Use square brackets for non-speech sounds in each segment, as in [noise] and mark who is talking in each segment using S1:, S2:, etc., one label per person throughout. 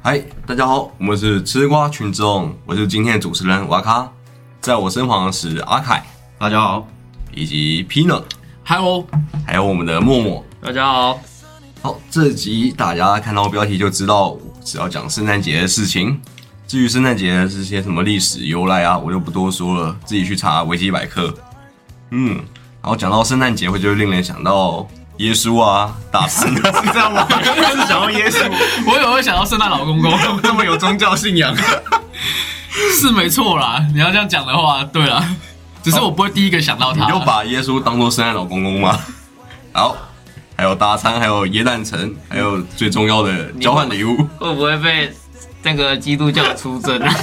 S1: 嗨，大家好，我们是吃瓜群众，我是今天的主持人瓦卡，在我身旁是阿凯
S2: 大家好，
S1: 以及 Pina，
S3: Hello，
S1: 还有我们的默默。
S3: 大家好。
S1: 好，这集大家看到标题就知道，只要讲圣诞节的事情。至于圣诞节的这些什么历史由来啊，我就不多说了，自己去查维基百科。嗯，然后讲到圣诞节，会就令人想到耶稣啊、大司
S2: [laughs]
S1: [laughs] 马。
S2: 是这样吗？是想要耶稣
S3: 我有会想到圣诞老公公， [laughs]
S2: 那么有宗教信仰，
S3: 是没错啦。你要这样讲的话，对啦，只是我不会第一个想到
S1: 你
S3: 他。
S4: 哦
S1: 就把耶稣当做圣诞老公公吗？ [laughs] 好，还有大餐，还有椰蛋城，还有最重要的交换礼物。
S4: 会不会被那个基督教出
S3: [laughs]
S4: 征啊？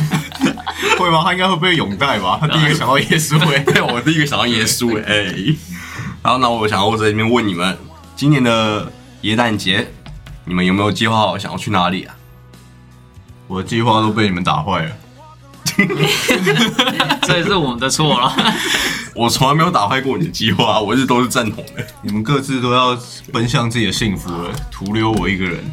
S2: 会吗？他应该会被拥戴吧？他第一个想到耶稣欸会。
S1: 对，我第一个想到耶稣哎、然后那我想要在这边问你们，今年的椰蛋节，你们有没有计划好想要去哪里啊？
S2: 我的计划都被你们打坏了。
S4: 这也是我们的错了。
S1: 我从来没有打坏过你的计划，我一直都是赞同的。
S2: 你们各自都要奔向自己的幸福了，徒留我一个人。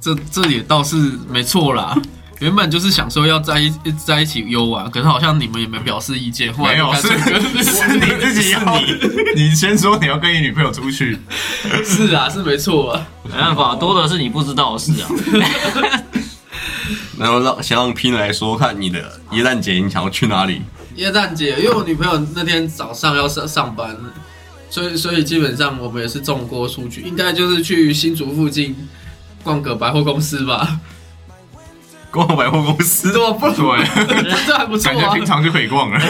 S3: 这这也倒是没错啦。原本就是想说要在一在一起游玩，可是好像你们也没表示意见，后来
S2: 没有，
S3: 就是干脆跟
S2: 是你自己要你，你先说你要跟你女朋友出去，
S3: [laughs] 是啊，是没错啊。
S4: 没办法，多的是你不知道的事 [laughs] 啊。
S1: 然后让先让 Pin 来说，看你的椰蛋节你想要去哪里？
S3: 耶诞节，因为我女朋友那天早上要上上班，所以所以基本上我们也是众锅出去，应该就是去新竹附近逛个百货公司吧。 [laughs]
S1: 逛百货公司
S2: 啊
S3: 对，不
S2: 对，
S3: 这还不错
S2: 感觉
S3: 啊
S2: 平。常就可以逛了。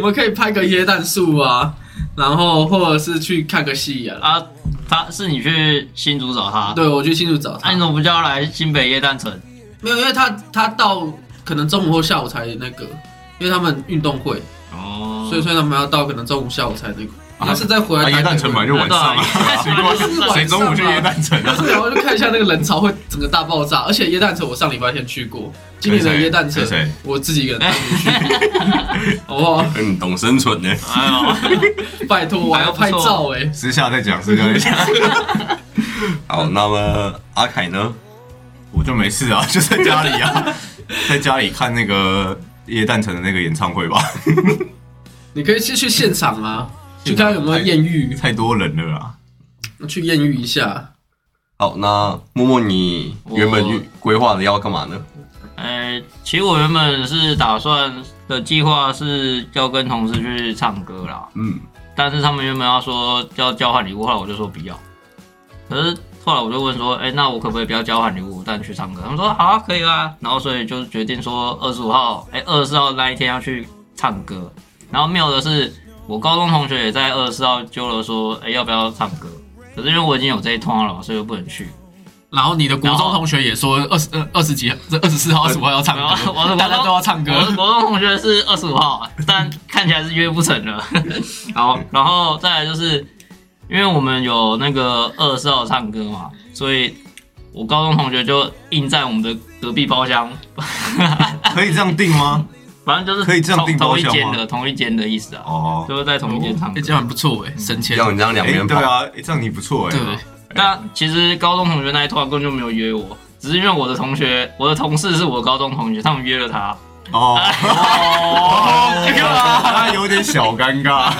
S3: 我们可以拍个椰蛋树啊，然后或者是去看个戏啊。
S4: 啊，他是你去新竹找他，
S3: 对，我去新竹找
S4: 那、
S3: 他
S4: 你，怎么不叫他来新北夜诞城？
S3: 没有，因为他他到可能中午或下午才那个，因为他们运动会，
S4: 哦
S3: 所以说他们要到可能中午下午才那个。他是再回
S2: 啊，
S3: 来
S2: 椰
S3: 台北
S2: 蛋城本来就晚上啊，谁
S4: 对
S2: 过
S4: 啊
S3: 夜
S2: 谁中午去椰蛋城
S3: 但
S2: 啊？
S3: 是然后就看一下那个人潮会整个大爆 [laughs] 炸，而且椰蛋城我上礼拜天去过，今年的椰蛋城
S2: 跟谁
S3: 我自己一个人单独去， [laughs] 好不好？
S1: 嗯，懂生存呢。
S4: 哎呦，
S3: 拜托，我还要拍照哎、
S2: 私下再讲，私下再讲。
S1: 好，那么阿凯呢？
S2: 我就没事啊，就在家里啊，在家里看那个叶诞城的那个演唱会吧，
S3: 你可以去去现场啊，去
S2: 现场
S3: 看有没有艳遇，
S2: 太多人了啦。
S3: 去艳遇一下。
S1: 好，那默默你原本
S4: 我
S1: 预规划的要干嘛呢？
S4: [laughs] 哎，其实我原本是打算的计划是要跟同事去唱歌啦，
S1: 嗯，
S4: 但是他们原本要说要交换礼物，后来我就说不要。可是后来我就问说，哎、那我可不可以不要交换礼物，但去唱歌？他们说好啊，可以啊。然后所以就决定说二十五号，哎、二十四号那一天要去唱歌。然后妙的是，我高中同学也在二十四号揪了说，哎、要不要唱歌？可是因为我已经有这一通了，所以我不能去。
S3: 然后你的国
S4: 然
S3: 中
S4: 后
S3: 同学也说二十呃二十几这二十四号、二十五号要唱
S4: 然啊
S3: [laughs]
S4: 后我
S3: 歌，
S4: 的
S3: 大家都要唱歌
S4: 我。的国中同学是二十五号，啊但看起来是约不成了。 [laughs] 好，然后再来就是，因为我们有那个二十号唱歌嘛，所以我高中同学就硬在我们的隔壁包厢， [laughs]
S2: 可以这样定吗？
S4: 反正就是
S2: 可以这样
S4: 同
S2: 订
S4: 同一
S2: 包厢
S4: 间
S2: 吗
S4: 的同一间的意思啊，
S2: 哦，
S4: 就是在同一间唱
S3: 哎，
S4: 歌。
S3: 这样很不错哎，省钱。
S1: 要你这样两
S2: 哎，
S1: 边
S2: 对
S1: 跑。
S2: 啊，哎这样你不错哎
S3: 对，，
S4: 但其实高中同学那一套根本就没有约我，只是因为我的同学，我的同事是我高中同学，他们约了他。
S2: 哦，
S4: [laughs] 哦，
S2: 那有点小尴尬，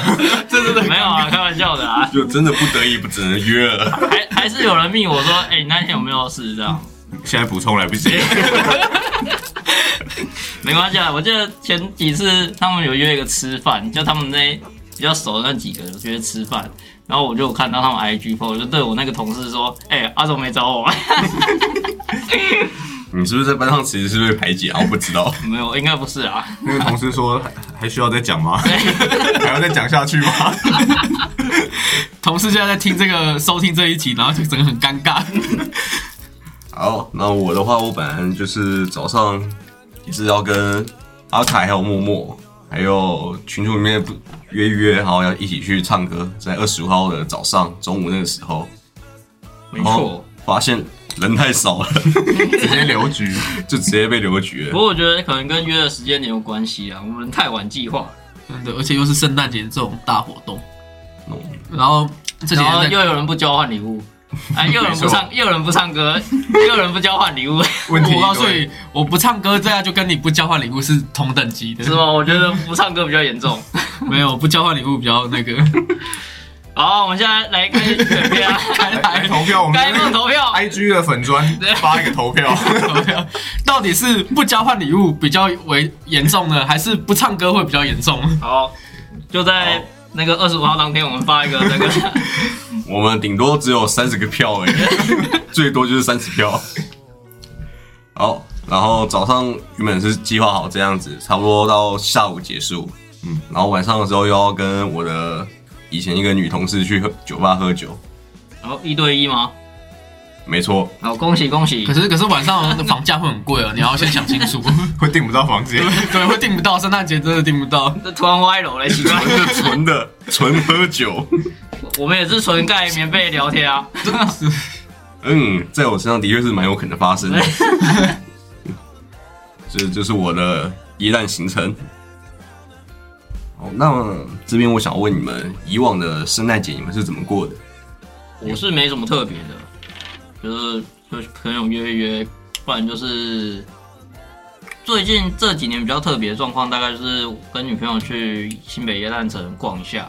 S3: 这真的
S4: 没有啊，开玩笑的啊。
S1: 就真的不得已不只能约了。
S4: 还还是有人密我说，哎、你那天有没有事？这样
S2: 现在补充来不及。
S4: [laughs] 没关系啊。我记得前几次他们有约一个吃饭，就他们那比较熟的那几个有约吃饭，然后我就有看到他们 IG po，我就对我那个同事说，哎、阿总没找我，
S1: [laughs]
S4: [laughs]
S1: 你是不是在班上其实是被排挤啊？我不知道。
S4: 没有，应该不是啊。
S2: 那个同事说，还还需要再讲
S4: [laughs]
S2: 吗？还要再讲下去吗？
S3: 同事现在在听这个收听这一集，然后就整个很尴尬。
S1: [laughs] 好，那我的话，我本来就是早上也是要跟阿凯还有默默，还有群组里面不约一约，然后要一起去唱歌，在二十五号的早上中午那个时候，
S4: 没
S1: 然后
S4: 错。
S1: 发现人太少了， [laughs]
S2: 直接留局，
S1: 就直接被留局
S4: 不
S1: 了。
S4: 过我觉得可能跟约的时间点有关系啊，我们太晚计划，
S3: 真的，而且又是圣诞节这种大活动，
S1: 嗯
S3: 然后这几
S4: 然后
S3: 天在
S4: 又有人不交换礼物，
S3: [laughs]
S4: 哎，又有人不唱，又有人不唱歌，又有人不交换礼物，
S2: 问题
S3: 我告诉
S2: 对
S3: 你，我不唱歌，这样就跟你不交换礼物是同等级的
S4: 是。吗？我觉得不唱歌比较严重。
S3: 没有，不交换礼物比较那个。 [laughs]
S4: 好，我们现在来看选片啊，
S2: 来来哎投票，我们
S4: 该弄投票。
S3: 哎
S2: I G 的粉砖发一个投票，
S3: 到底是不交换礼物比较为严重呢，还是不唱歌会比较严重？
S4: 好，就在那个二十五号当天，我们
S3: [laughs]
S4: 发一个那个，
S1: 我们顶多只有三十个票而已，最多就是三十票。好，然后早上原本是计划好这样子，差不多到下午结束。嗯，然后晚上的时候又要跟我的以前一个女同事去喝酒吧喝酒，
S4: 然后一对一吗？
S1: 没错，
S4: 好，恭喜恭喜
S3: 可！是可是晚上的房价会很贵哦，你要先想清 [laughs] 楚。
S2: 会订不到房间，
S3: 对，会订不到，圣诞节真的订不到。
S4: 这突然歪楼
S3: [laughs]
S4: 了，奇怪。
S1: 纯的纯的纯喝酒。
S4: 我们也是纯盖棉被聊天啊。
S1: 嗯，在我身上的确是蛮有可能发生的。 [laughs] 这就是我的耶诞行程。好，那么这边我想问你们，以往的圣诞节你们是怎么过的？
S4: 我是没什么特别的，就是就是朋友约一约，不然就是最近这几年比较特别的状况，大概就是跟女朋友去新北耶诞城逛一下，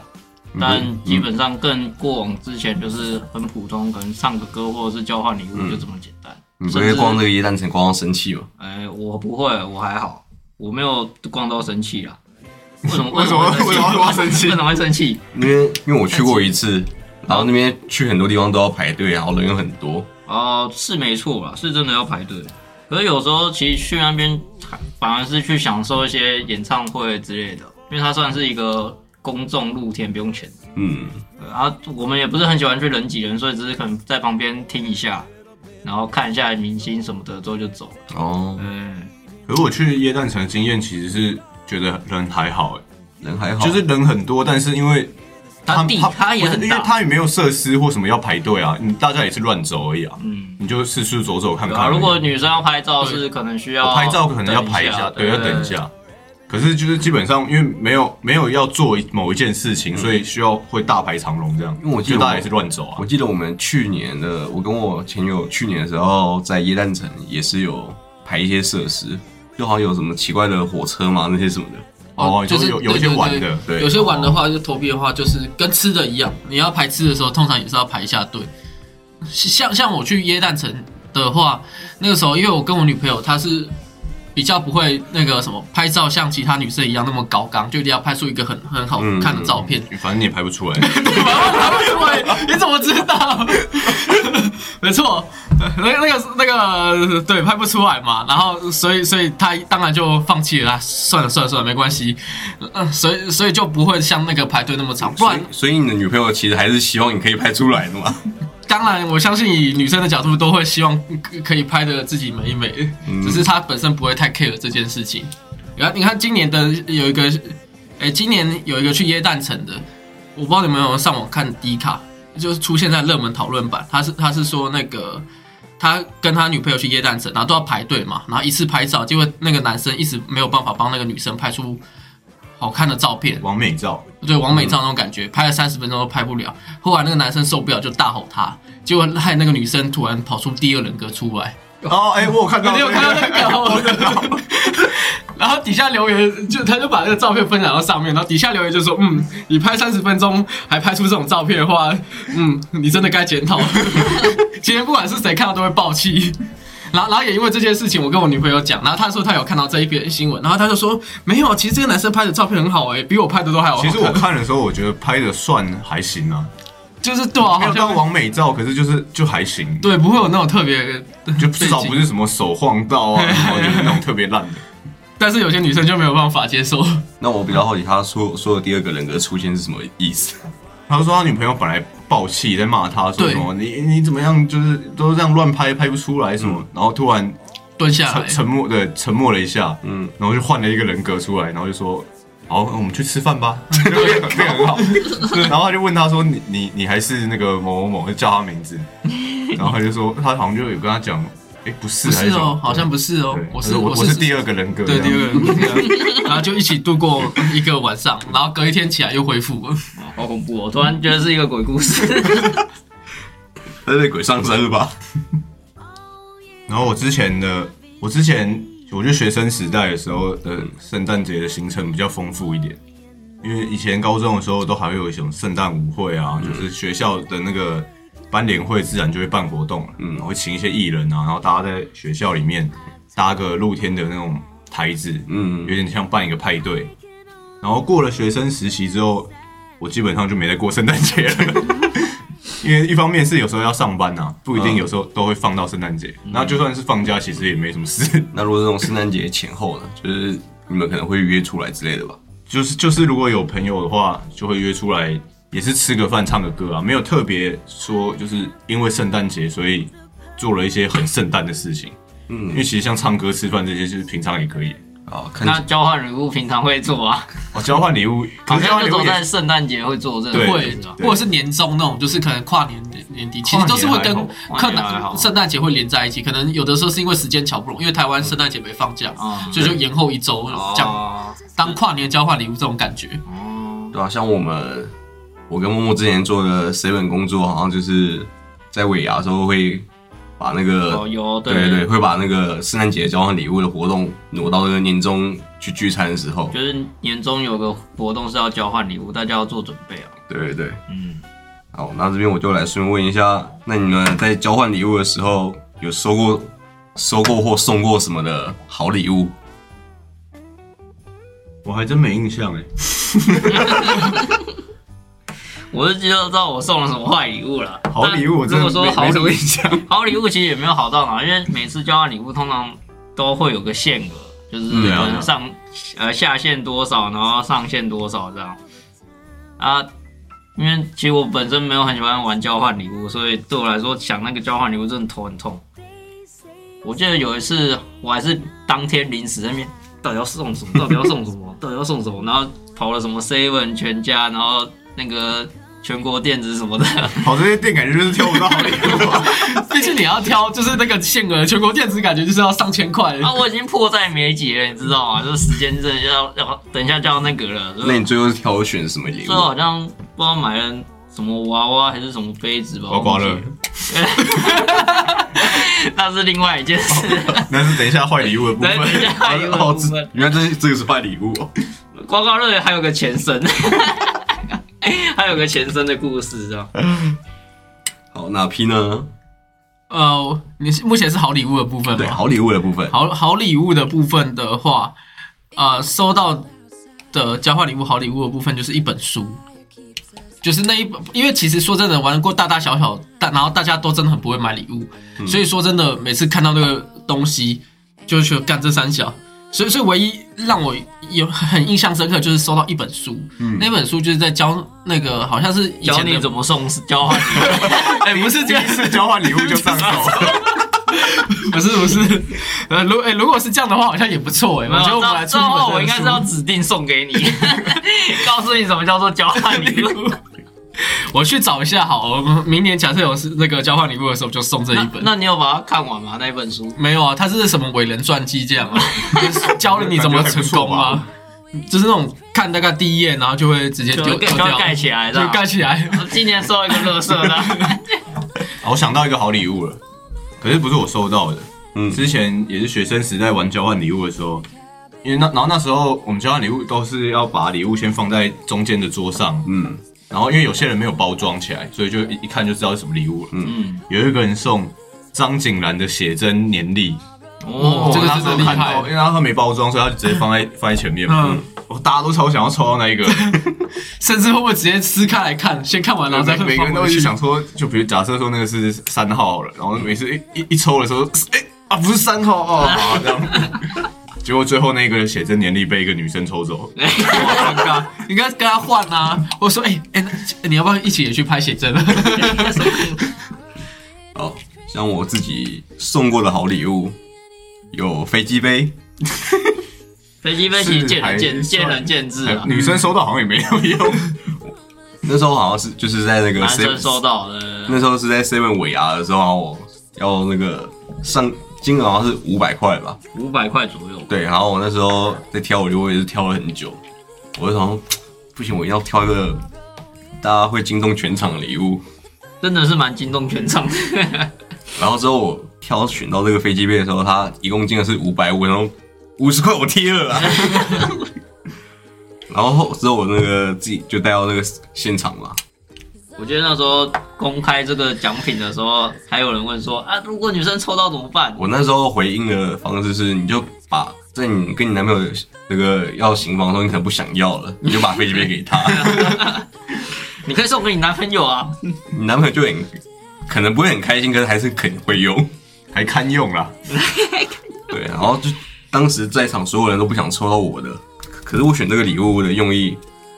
S4: 但基本上跟过往之前就是很普通，可能唱个歌或者是交换礼物就这么简单。
S1: 你不
S4: 甚
S1: 会
S4: 至
S1: 逛这个耶诞城逛到生气吗？
S4: 哎，我不会，我还好，我没有逛到生气啦。为什么？
S2: 为什么
S4: 会
S2: 为什么要生气
S4: 为什么会生气？
S1: 因为因为我去过一次，然后那边去很多地方都要排队，然后人又很多。
S4: 哦、是没错啦，是真的要排队。可是有时候其实去那边反而是去享受一些演唱会之类的，因为它算是一个公众露天，不用钱。
S1: 嗯，
S4: 呃啊，我们也不是很喜欢去人挤人，所以只是可能在旁边听一下，然后看一下明星什么的，之后就走了。
S1: 哦，
S4: 嗯，
S2: 可是我去耶诞城的经验其实是觉得人还好、欸，
S1: 人还好，
S2: 就是人很多，但是因为
S4: 它地它也
S2: 不是
S4: 很
S2: 因为
S4: 大。
S2: 它也没有设施或什么要排队啊，你大家也是乱走而已啊，
S4: 嗯，
S2: 你就四处走走看
S4: 对
S2: 看
S4: 啊，
S2: 而已。
S4: 如果女生要拍照是可能需要
S2: 拍照可能要排
S4: 等一下，
S2: 对，要等一。下。可是就是基本上，因为没有没有要做某一件事
S4: 嗯
S2: 情，所以需要会大排长龙这样。
S1: 因为我记
S2: 就
S1: 得
S2: 大家
S1: 我
S2: 也是乱走啊
S1: 我，记得我们去年的，我跟我前女友去年的时候，在耶诞城也是有排一些设施，就好像有什么奇怪的火车嘛，那些什么的。
S2: 哦，
S3: 就是
S2: 有有一些
S3: 对对
S2: 玩
S3: 对
S2: 的，
S1: 对，
S3: 有些玩的话，就投币的话，就是跟吃的一样，你要排吃的时候，通常也是要排一下队。像像我去耶诞城的话，那个时候因为我跟我女朋友，她是比较不会那个什么拍照，像其他女生一样那么高刚，就一定要拍出一个很很好看的照片。
S2: 反正你也排不
S3: [laughs]
S2: 出来。
S3: 对， [laughs] 你怎么知道？没错，那那个那个对拍不出来嘛，然后所以所以他当然就放弃了啦，算了算了算了，没关系，嗯，所以所以就不会像那个排队那么长，不
S1: 所
S3: 然
S1: 以所以你的女朋友其实还是希望你可以拍出来的
S3: [laughs]
S1: 嘛。
S3: 当然我相信以女生的角度都会希望 [laughs] 可可以拍的自己美一美，只是她本身不会太 care 这件事情。然后你看今年的有一个，哎，今年有一个去耶诞城的，我不知道你们有没有上网看迪卡，就是出现在热门讨论版。他是他是说那个他跟他女朋友去耶诞城，然后都要排队嘛，然后一次拍照，结果那个男生一直没有办法帮那个女生拍出好看的照片，
S2: 王美照，
S3: 对王美照那种感觉，拍了三十分钟都拍不了。后来那个男生受不了，就大吼他，结果害那个女生突然跑出第二人格出来。
S2: 哦，哎，我有看到，
S3: 你有看到那个
S2: [laughs]
S3: 梗？然后底下留言就他就把那个照片分享到上面，然后底下留言就说：“嗯，你拍三十分钟还拍出这种照片的话，嗯，你真的该检讨。” [laughs] 今天不管是谁看到都会爆气。然后，然后也因为这件事情，我跟我女朋友讲，然后她说她有看到这一篇新闻，然后她就说没有，其实这个男生拍的照片很好哎、比我拍的都还好看。
S2: 其实我看的时候，我觉得拍的算还行啊，
S3: 就是对啊，
S2: 没
S3: 好
S2: 有
S3: 像
S2: 到王美照，可是就是就还行，
S3: 对不会有那种特别，
S2: 就至少不是什么手晃到
S3: [laughs]
S2: 啊，然后就是那种特别烂的。
S3: 但是有些女生就没有办法接受。
S1: 那我比较好奇，他说说的第二个人格出现是什么意思？
S2: 他说他女朋友本来爆气在骂他，说
S3: 对
S2: 什么你你怎么样，就是都这样乱拍，拍不出来什么，然后突然
S3: 蹲下嗯
S2: 沉
S3: 来，
S2: 沉默的沉默了一下，
S1: 嗯
S2: 嗯，然后就换了一个人格出来，然后就说。好，我们去吃饭
S3: [laughs]
S2: 吧，这个这个很好。对然后他就问他说：“你你你还是那个某某某？”就叫他
S3: [laughs]
S2: 名字，然后他就说他好像就有跟他讲：“哎，不是，
S3: 不
S2: 还
S3: 是
S2: 什么
S3: 哦，好像不是哦
S2: 对，
S3: 我
S2: 他
S3: 是
S2: 说我
S3: 是
S2: 是第二个人格，
S3: 对
S2: 这
S3: 第
S2: 样
S3: 二个人 [laughs] 格，然后就一起度过一个晚上，然后隔一天起来又恢复了。
S2: [laughs]
S4: 好恐怖哦！突然觉得是一个鬼故事。
S1: 他是被鬼上身了吧？
S2: 然后我之前的，我之前我觉得学生时代的时候的圣诞节的行程比较丰富一点，因为以前高中的时候都还会有一种圣诞舞会啊，
S1: 嗯
S2: 就是学校的那个班联会自然就会办活动，嗯，然后会请一些艺人啊，然后大家在学校里面搭个露天的那种台子，
S1: 嗯
S2: 有点像办一个派对。然后过了学生实习之后，我基本上就没再过圣诞节了，因为一方面是有时候要上班呐、啊
S4: 嗯
S2: 不一定有时候都会放到圣诞节。然后就算是放假，其实也没什么事。 [laughs]
S1: 那如果是那种圣诞节前后呢？就是你们可能会约出来之类的吧？
S2: 就是就是，如果有朋友的话，就会约出来，也是吃个饭、唱个歌啊，没有特别说就是因为圣诞节所以做了一些很圣诞的事情。嗯，因为其实像唱歌、吃饭这些，就是平常也可以。
S1: 啊，看
S4: 那交换礼物平常会做啊，
S2: 哦，交换礼物，可
S4: 好
S2: 是交
S4: 像
S2: 换
S4: 就
S2: 礼物
S4: 走
S2: 也
S4: 在圣诞节会做这个
S2: 对
S4: 事
S3: 会
S4: 情啊，
S2: 对
S3: 或者是年终那种，就是可能跨年年底，其实都是会跟
S4: 跨
S3: 可
S4: 年还好跨年还好
S3: 能圣诞节会连在一起。可能有的时候是因为时间巧不拢，因为台湾圣诞节没放假，
S2: 嗯
S4: 啊，
S3: 所以就延后一周这样
S4: 哦
S3: 当跨年交换礼物这种感觉。
S4: 哦，
S1: 对啊，像我们，我跟默默之前做的 seven 工作，好像就是在尾牙的时候会把那
S2: 呃
S1: 个，
S4: 哦有
S1: 对
S4: 对
S1: 对对，会把那个圣诞节交换礼物的活动挪到那个年终去聚餐的时候，
S4: 就是年终有个活动是要交换礼物，大家要做准备啊。
S1: 对对对。
S4: 嗯，
S1: 好，那这边我就来顺便问一下，那你们在交换礼物的时候有收过收过或送过什么的好礼物？
S2: 我还真没印象哎。
S4: 我是知道我送了什么坏礼物了。
S2: 好礼物我真的
S4: 但如果说
S2: 没
S4: 好
S2: 没
S4: 礼
S2: 什
S4: 物
S2: 么印，象。
S4: [laughs] 好礼物其实也没有好到哪，因为每次交换礼物通常都会有个限额，就是
S2: 嗯
S4: 可
S2: 对啊对啊
S4: 能上、呃下限多少，然后上限多少这样。啊，因为其实我本身没有很喜欢玩交换礼物，所以对我来说想那个交换礼物真的头很痛。我记得有一次我还是当天临时在那边到底要送什么，到底要送什
S2: [laughs]
S4: 么，到底要送什么，然后跑了什么 seven 全家，然后那个全国电子什
S2: [laughs]
S4: 么的。
S2: 好，这些店感觉就是挑不到好
S4: [laughs]
S2: 礼物啊。
S3: 毕竟你要挑，就是那个限额，全国电子感觉就是要上千块。
S4: 啊，我已经迫在眉睫了，你知道吗？这时间真的要要等一下就要那
S2: [laughs]
S4: 个了。
S1: 那你最后是挑选什么礼
S4: 最后
S1: 物？
S4: 好像不知道买了什么娃娃还是什么杯子吧，
S2: 刮刮乐
S4: 忘记了，那是另外一件
S3: [laughs]
S4: 事。
S2: 那是等一下坏礼物的部
S4: 等一
S2: 分。
S4: 下有个部分，
S1: 原来哦这这个是坏礼物 [laughs] 哦。
S4: 刮刮乐还有个前身， [laughs] 还有个前身的故事，这样。
S1: 好，那 P 呢？
S3: 呃，你是目前是好礼物的部分
S1: 对，
S3: 吗？
S1: 好礼物的部分。
S3: 好好礼物的部分的话，呃，收到的交换礼物好礼物的部分就是一本书，就是那一本，因为其实说真的，玩过大大小小，但然后大家都真的很不会买礼物，所以说真的每次看到那个东西，就是觉得干这三小。所以，所以唯一让我有很印象深刻，就是收到一本书，那本书就是在教那个好像是以
S4: 教
S3: 前
S4: 你
S3: 的
S4: 怎么送交换礼物，
S3: [laughs] 哎、不是这样
S2: 第一，次交换礼物就上手，
S3: 不是不是，呃，如哎、如果是这样的话，好像也不错哎、我觉得我们来出
S4: 这
S3: 一
S4: 样的
S3: 本
S4: 话，
S3: 这个
S4: 我应该是要
S3: 书
S4: 指定送给你， [laughs] 告诉你什么叫做交换
S3: [laughs]
S4: 礼物。
S3: 我去找一下好了，我们明年假设有是那个交换礼物的时候，就送这一
S4: 那
S3: 本。
S4: 那你有把它看完吗？那一本书？
S3: 没有啊，它是什么伟人传记这
S4: [laughs]
S3: 样啊，就是教了你怎么成功
S2: 感
S3: 啊， [laughs] 就是那种看大概第一页，然后就会直接
S4: 就
S3: 丢
S4: 盖
S3: 丢
S4: 就
S3: 掉，
S4: 盖起来的啊
S3: 就。盖起来。
S4: 我今年收一个乐色的，
S3: [laughs]
S2: 好啊我想到一个好礼物了，可是不是我收到的。
S1: 嗯
S2: 之前也是学生时代玩交换礼物的时候，因为那然后那时候我们交换礼物都是要把礼物先放在中间的桌上，
S1: 嗯，
S2: 然后因为有些人没有包装起来，所以就一一看就知道是什么礼物了。
S4: 嗯，
S2: 有一个人送张景兰的写真年历，
S4: 哦，
S3: 这个真
S2: 我那时候
S3: 的厉害
S2: 看到，因为他没包装，所以他就直接放在放在前面嘛。
S3: 嗯
S2: 我大家都超想要抽到那一个，
S3: 甚至会不会直接撕开来看，先看完然后再
S2: 每每个
S3: 放
S2: 人都
S3: 回
S2: 一直
S3: 去
S2: 想说，就比如假设说那个是三号好了，然后每次一一一抽的时候，哎、啊不是三号哦，好这样。 [laughs] 结果最后那个写真年历被一个女生抽走，
S3: 哇尴尬， [laughs] 你应该跟他换啊。我说，哎、哎、那你要不要一起也去拍写真？
S1: 好像我自己送过的好礼物有飞机杯，
S4: 飞机飞机见仁见
S2: 是还
S4: 见仁见智啊。
S2: 女生收到好像也没有用。
S1: 那时候好像是就是在那个
S4: 男生
S1: seven-
S4: 收到的，
S1: 那时候是在 seven 尾牙的时候，然后我要那个上金额好像是五百块吧。
S4: 五百块左右。
S1: 对，然后我那时候在挑，我就我也是挑了很久，我就想说不行，我一定要挑一个大家会惊动全场的礼物。
S4: 真的是蛮惊动全场 [laughs] 的。
S1: 然后之后我挑选到这个飞机杯的时候，它一共进的是五百五，然后五十块我贴了啦。然后之后我那个自己就带到那个现场嘛，
S4: 我记得那时候公开这个奖品的时候，还有人问说啊，如果女生抽到怎么办？
S1: 我那时候回应的方式是，你就把在你跟你男朋友那个要行房的时候，你可能不想要了，你就把飞机杯给他， [laughs]
S4: 你可以送给你男朋友
S2: [laughs]
S4: 啊。
S1: 你男朋友就很可能不会很开心，可是还是肯定会用。
S2: 还堪用啦。
S1: [laughs] 对，然后就当时在场所有人都不想抽到我的，可是我选这个礼物的用意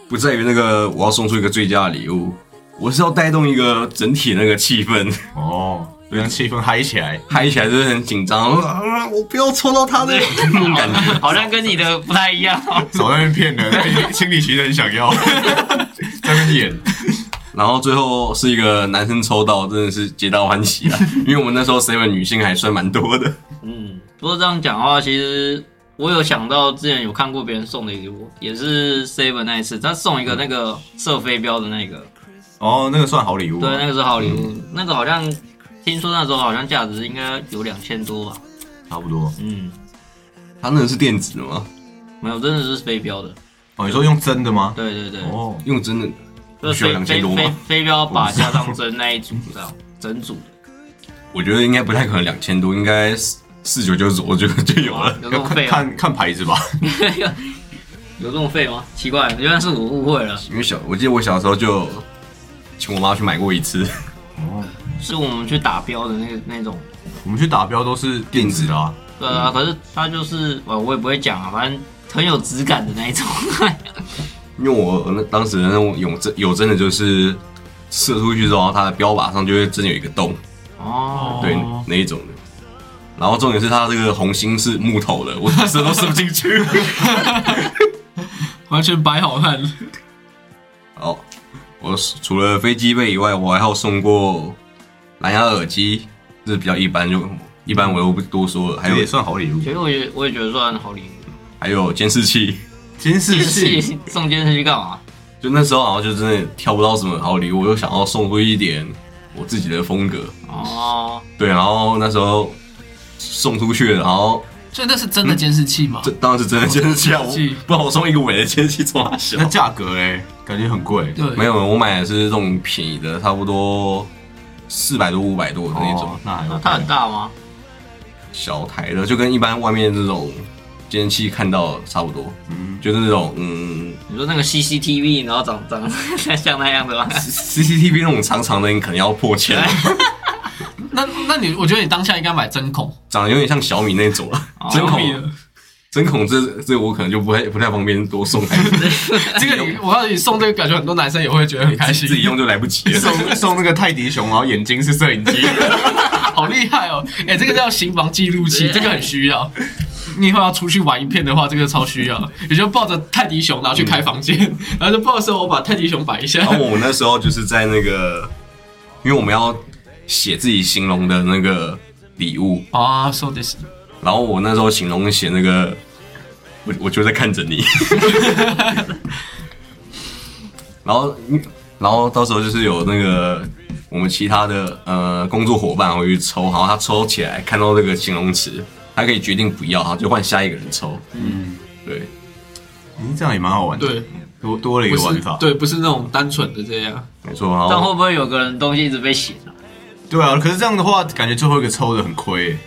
S1: 不在于那个我要送出一个最佳的礼物，我是要带动一个整体的那个气氛，
S2: 哦，让气氛嗨起来。
S1: 嗨起来就是很紧张，啊 [laughs] 我不要抽到他的那种感觉。
S4: 好像跟你的不太一样、
S2: [laughs]
S4: 哦。
S2: 少在那边骗人，但心里其实很想要， [laughs] 在那边演。
S1: 然后最后是一个男生抽到，真的是皆大欢喜啊！ [laughs] 因为我们那时候 seven 女性还算蛮多的，
S4: 嗯，不过这样讲的话，其实我有想到之前有看过别人送的礼物，也是 Seven 那一次，他送一个那个射飞镖的那个，
S2: 哦，那个算好礼物
S1: 嗯
S4: 对，
S2: 啊，
S4: 那个是好礼物，那个好像听说那时候好像价值应该有两千多吧。
S2: 差不多。
S4: 嗯，
S1: 他那个是电子的吗？
S4: 没有，真的是飞镖的。
S2: 哦，你说用真的吗？
S4: 对对对，
S2: 哦，
S1: 用真的
S4: 就是
S1: 需要
S4: 飞
S1: 两
S4: 飞
S1: 千多
S4: 飞
S1: 吗？
S4: 飞镖靶加上针那一组这样，整组
S1: 我觉得应该不太可能两千多，应该四四九九左右就就有啊了。
S4: 有这
S2: 要
S4: 么
S2: 看
S4: 废啊吗？
S2: 看看牌子吧。
S4: [laughs] 有这么废吗？奇怪，原来是我误会了，
S1: 因为小，我记得我小时候就请我妈去买过一次， [laughs]
S2: 哦，
S4: 是我们去打标的那个那种。
S2: 我们去打标都是电子的啊，
S4: 对
S1: 嗯
S4: 啊，可是他就是，呃，我也不会讲啊，反正很有质感的那一种。 [laughs]
S1: 因为我那当时的那种有真有真的就是射出去之后，它的标靶上就会真的有一个洞，
S4: 哦，
S1: 对、那一种的。然后重点是它这个红心是木头的，我射都射不进去。
S3: [laughs] 完全摆好看。
S1: 哦，我除了飞机杯以外，我还有送过蓝牙耳机，这是比较一般，就一般我又不多说了。还
S2: 这也
S1: 有
S2: 算好礼物
S4: 其。实我也我也觉得算好礼物。
S1: 还有监视器， [laughs]
S2: 监视
S4: 是
S2: 器，
S4: [laughs] 送监视器干嘛？
S1: 就那时候好像就真的挑不到什么好礼物，我就想要送出一点我自己的风格。
S4: 哦，
S1: 对，然后那时候送出去了，然后
S3: 所以那是真的监视器吗？
S1: 这当然是真的监视器啊，我不然我送一个伪的监视器从哪小
S2: 那？价格嘞，感觉很贵。
S3: 对，
S1: 没有，我买的是这种便宜的，差不多四百多五百多的那种。
S2: 哦，那还
S4: 那它很
S2: OK。
S4: 大吗？
S1: 小台的，就跟一般外面这种监视器看到的差不多，
S2: 嗯
S1: 就是那种嗯
S4: 你说那个 CCTV，然后长长 [laughs] 像那样的
S2: [laughs]
S4: 吗？哎
S1: CCTV 那种长长的，你可能要破千了，
S3: 那那你我觉得你当下应该买针孔，
S1: 长得有点像小米那种 [laughs] 了。针
S3: 小米
S1: 孔，
S3: 的
S1: 针孔这这我可能就不太不太方便多送，还
S2: [laughs]
S1: 是
S4: [laughs]
S3: 这个你我告诉你送这个感觉很多男生也会觉得很开心
S1: 自，己用就来不及了。
S2: 送送那个泰迪熊，然后眼睛是摄影机，
S3: 好厉害哦！哎、这个叫行房记录器，
S4: 对
S3: 这个很需要。你以后要出去玩一片的话，这个超需要。也就抱着泰迪熊，然后去开房间，
S1: 嗯
S3: 然后就抱的时候，我把泰迪熊摆一下
S1: 然。后我那时候就是在那个，因为我们要写自己形容的那个礼物，
S3: 啊、s o this，
S1: 然后我那时候形容写那个，我我就在看着你， [laughs] 然后然后到时候就是有那个我们其他的呃工作伙伴会去抽，然后他抽起来看到这个形容词，他可以决定不要，然后就换下一个人抽。嗯，对，
S2: 嗯，这样也蛮好玩的。
S3: 对，
S2: 多多了一
S3: 不
S2: 个
S3: 是
S2: 玩法。
S3: 对，不是那种单纯的这样。
S1: 没错。然
S4: 但
S1: 后
S4: 会不会有个人东西一直被写啊？
S2: 对啊，可是这样的话，感觉最后一个抽的很亏欸耶。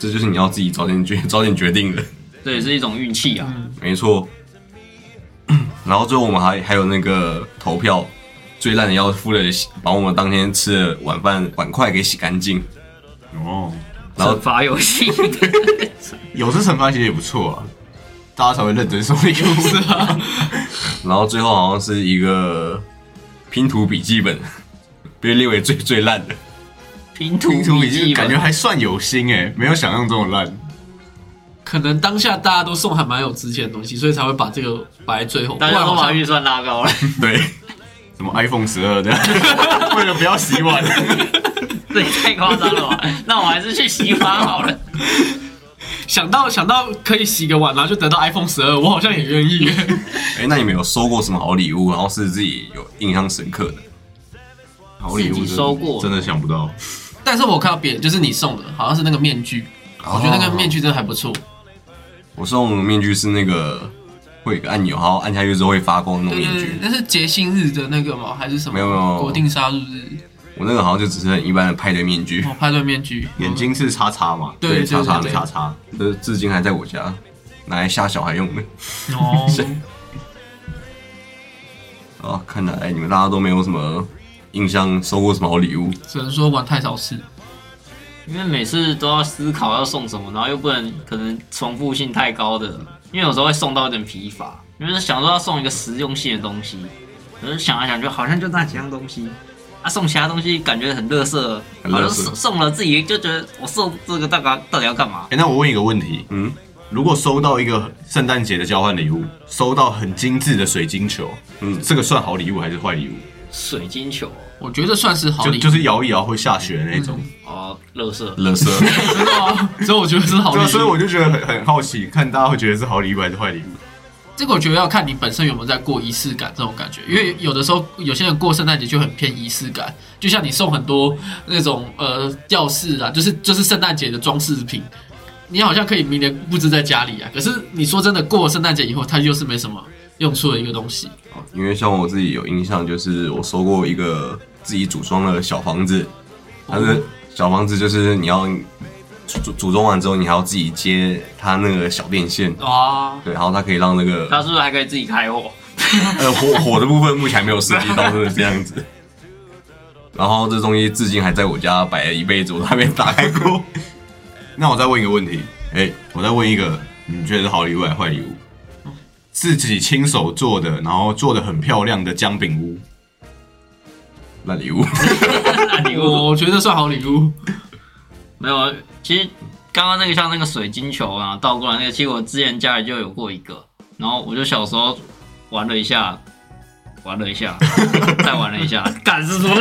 S1: 这就是你要自己早点决早点决定的。
S4: 这也是一种运气啊。
S2: 嗯
S1: 没错。 [coughs] 然后最后我们还还有那个投票，最烂的要负责把我们当天吃的晚饭碗筷给洗干净。
S2: 哦，
S1: 然后
S4: 惩罚
S2: [laughs]
S4: 游戏，
S2: 有这惩罚其实也不错啊，大家才会认真收礼物。是啊，
S1: 然后最后好像是一个拼图笔记本， [laughs] 被列为最最烂的。 [laughs]
S4: 拼图
S2: 拼图
S4: 笔
S2: 已
S4: 记
S2: 经
S4: 本
S2: 感觉还算有心哎，没有想象中的烂。
S3: 可能当下大家都送还蛮有值钱的东西，所以才会把这个摆在最后。
S4: 大
S3: 不
S4: 家都
S3: 然好
S4: 把
S3: 像
S4: 预算拉高了，
S1: 对，
S2: 什么 iPhone 十二的，为了不要洗碗。
S4: 这也太夸张了吧？那我还是去洗碗好了。
S3: 想到想到可以洗个碗，然后就得到 iPhone 十二，我好像也愿
S4: [laughs]
S3: 意。
S1: 哎，那你们有收过什么好礼物？然后是自己有印象深刻的？
S2: 好礼物
S4: 自己收过
S2: 真的想不到。
S3: 但是我看到别人就是你送的，好像是那个面具，我觉得那个面具真的还不错。
S1: 哦我送面具是那个会有一个按钮，然后按下去之后会发光的那种
S3: 对
S1: 面
S3: 对对
S1: 具，。
S3: 那是节庆日的那个吗？还是什么？
S1: 没有没有
S3: 国定杀戮日，
S1: 我那个好像就只是很一般的派对面具，
S3: 我派对面具，
S2: 眼睛是叉叉嘛？
S3: 对对
S2: 叉叉
S3: 对对
S2: 叉叉。
S1: 这至今还在我家，拿来吓小孩用的。
S3: 哦，
S1: 啊，看来你们大家都没有什么印象，收过什么好礼物？
S3: 只能说玩太少次。
S4: 因为每次都要思考要送什么，然后又不能可能重复性太高的，因为有时候会送到有点疲乏，就是想说要送一个实用性的东西，可是想来想去好像就那几样东西，啊送其他东西感觉很垃圾，
S1: 很
S4: 好
S1: 垃圾
S4: 像送送了自己就觉得我送这个大概到底要干嘛？
S2: 哎，那我问一个问题，
S1: 嗯，
S2: 如果收到一个圣诞节的交换礼物，收到很精致的水晶球，
S1: 嗯
S2: 这个算好礼物还是坏礼物？
S4: 水晶球
S3: 我觉得算是好
S2: 就
S3: 礼，嗯
S2: 就是摇一摇会下雪的那种。
S4: 哦，垃圾。
S1: 乐色，
S3: [laughs] 真的吗？所以我觉得是好
S2: 对
S3: 礼
S2: 啊，。所以我就觉得很很好奇，看大家会觉得是好礼物还是坏礼物。
S3: 这个我觉得要看你本身有没有在过仪式感这种感觉，因为有的时候有些人过圣诞节就很偏仪式感，就像你送很多那种呃吊饰啊，就是就是圣诞节的装饰品，你好像可以明年布置在家里啊。可是你说真的，过了圣诞节以后，它又是没什么用处的一个东西。
S1: [laughs] 因为像我自己有印象，就是我收过一个自己组装的小房子，它是小房子，就是你要组组组装完之后，你还要自己接它那个小电线，
S3: 啊，
S1: 对，然后它可以让那个
S4: 他是不是还可以自己开火？ [laughs]
S1: 呃，火火的部分目前还没有涉及到，真的这样子。然后这东西至今还在我家摆了一辈子，我都还没打开过。
S2: 那我再问一个问题，
S1: 哎、
S2: 我再问一个，你觉得是好礼物还是坏礼物？
S3: 嗯
S2: 自己亲手做的，然后做的很漂亮的姜饼屋，
S1: 烂礼物，
S4: 烂礼物
S3: 我觉得算好礼物。
S4: 没有，其实刚刚那个像那个水晶球啊，倒过来那个，其实我之前家里就有过一个，然后我就小时候玩了一下，玩了一下，
S2: [laughs]
S4: 再玩了一下，干是什么？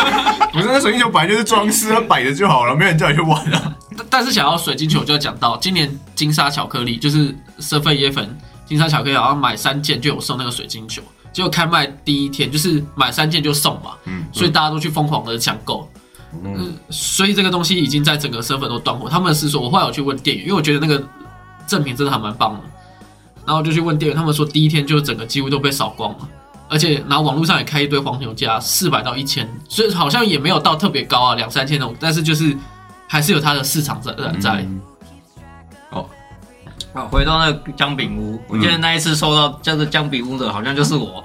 S2: [laughs] 不是那水晶球本来就是装饰，它摆着就好了，没人叫你去玩啊。
S3: 但但是想要水晶球就要讲到今年金沙巧克力，就是舍费椰粉金沙巧克力，好像买三件就有送那个水晶球，结果开卖第一天就是买三件就送嘛，
S2: 嗯
S3: 所以大家都去疯狂的抢购。嗯，所以这个东西已经在整个身份都断货。他们是说，我后来有去问店员，因为我觉得那个赠品真的还蛮棒的，然后我就去问店员，他们说第一天就整个几乎都被扫光了，而且然后网络上也开一堆黄牛价，四百到一千，所以好像也没有到特别高啊，两三千那种，但是就是还是有它的市场在
S2: 嗯
S3: 在。
S4: [laughs] 好，回到那个姜饼屋，我记得那一次收到叫做姜饼屋的，好像就是我，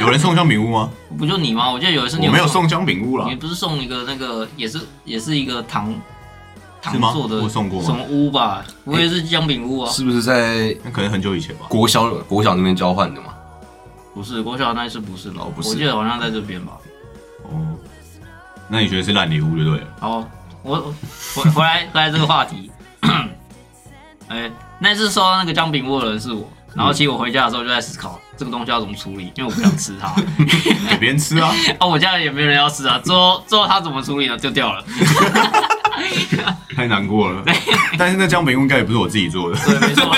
S2: 有人送姜饼屋吗？
S4: 不就你吗？我记得有一次你
S2: 我没有，送啊姜饼屋啦
S4: 你，不是送一个那个也是也是一个糖糖
S2: 是吗
S4: 做的，
S2: 我送过吗哎
S4: 什么屋吧？我也是姜饼屋
S1: [laughs]
S4: 啊，
S1: 是不是在
S2: 那可能很久以前吧。
S1: 国小国小那边交换的嘛？
S4: 不是国小那一次不是吗？
S1: 哦不是
S4: 我记得好像在这边吧。
S2: 哦，那你觉得是烂礼物就对
S4: [laughs]
S2: 了。
S4: 好，我我回回来回来这个话题。 [coughs] 哎、那次收到那个姜饼屋的人是我，然后其实我回家的时候就在思考这个东西要怎么处理，因为我不想 [laughs] 吃它。
S2: 给别人吃
S4: [laughs]
S2: 啊，
S4: 哦，我家里也没人要吃啊，之后之后他怎么处理呢？丢掉了。
S2: 太难过了。但是那姜饼屋应该也不是我自己做
S4: [laughs]
S2: 的，
S4: 对，没错，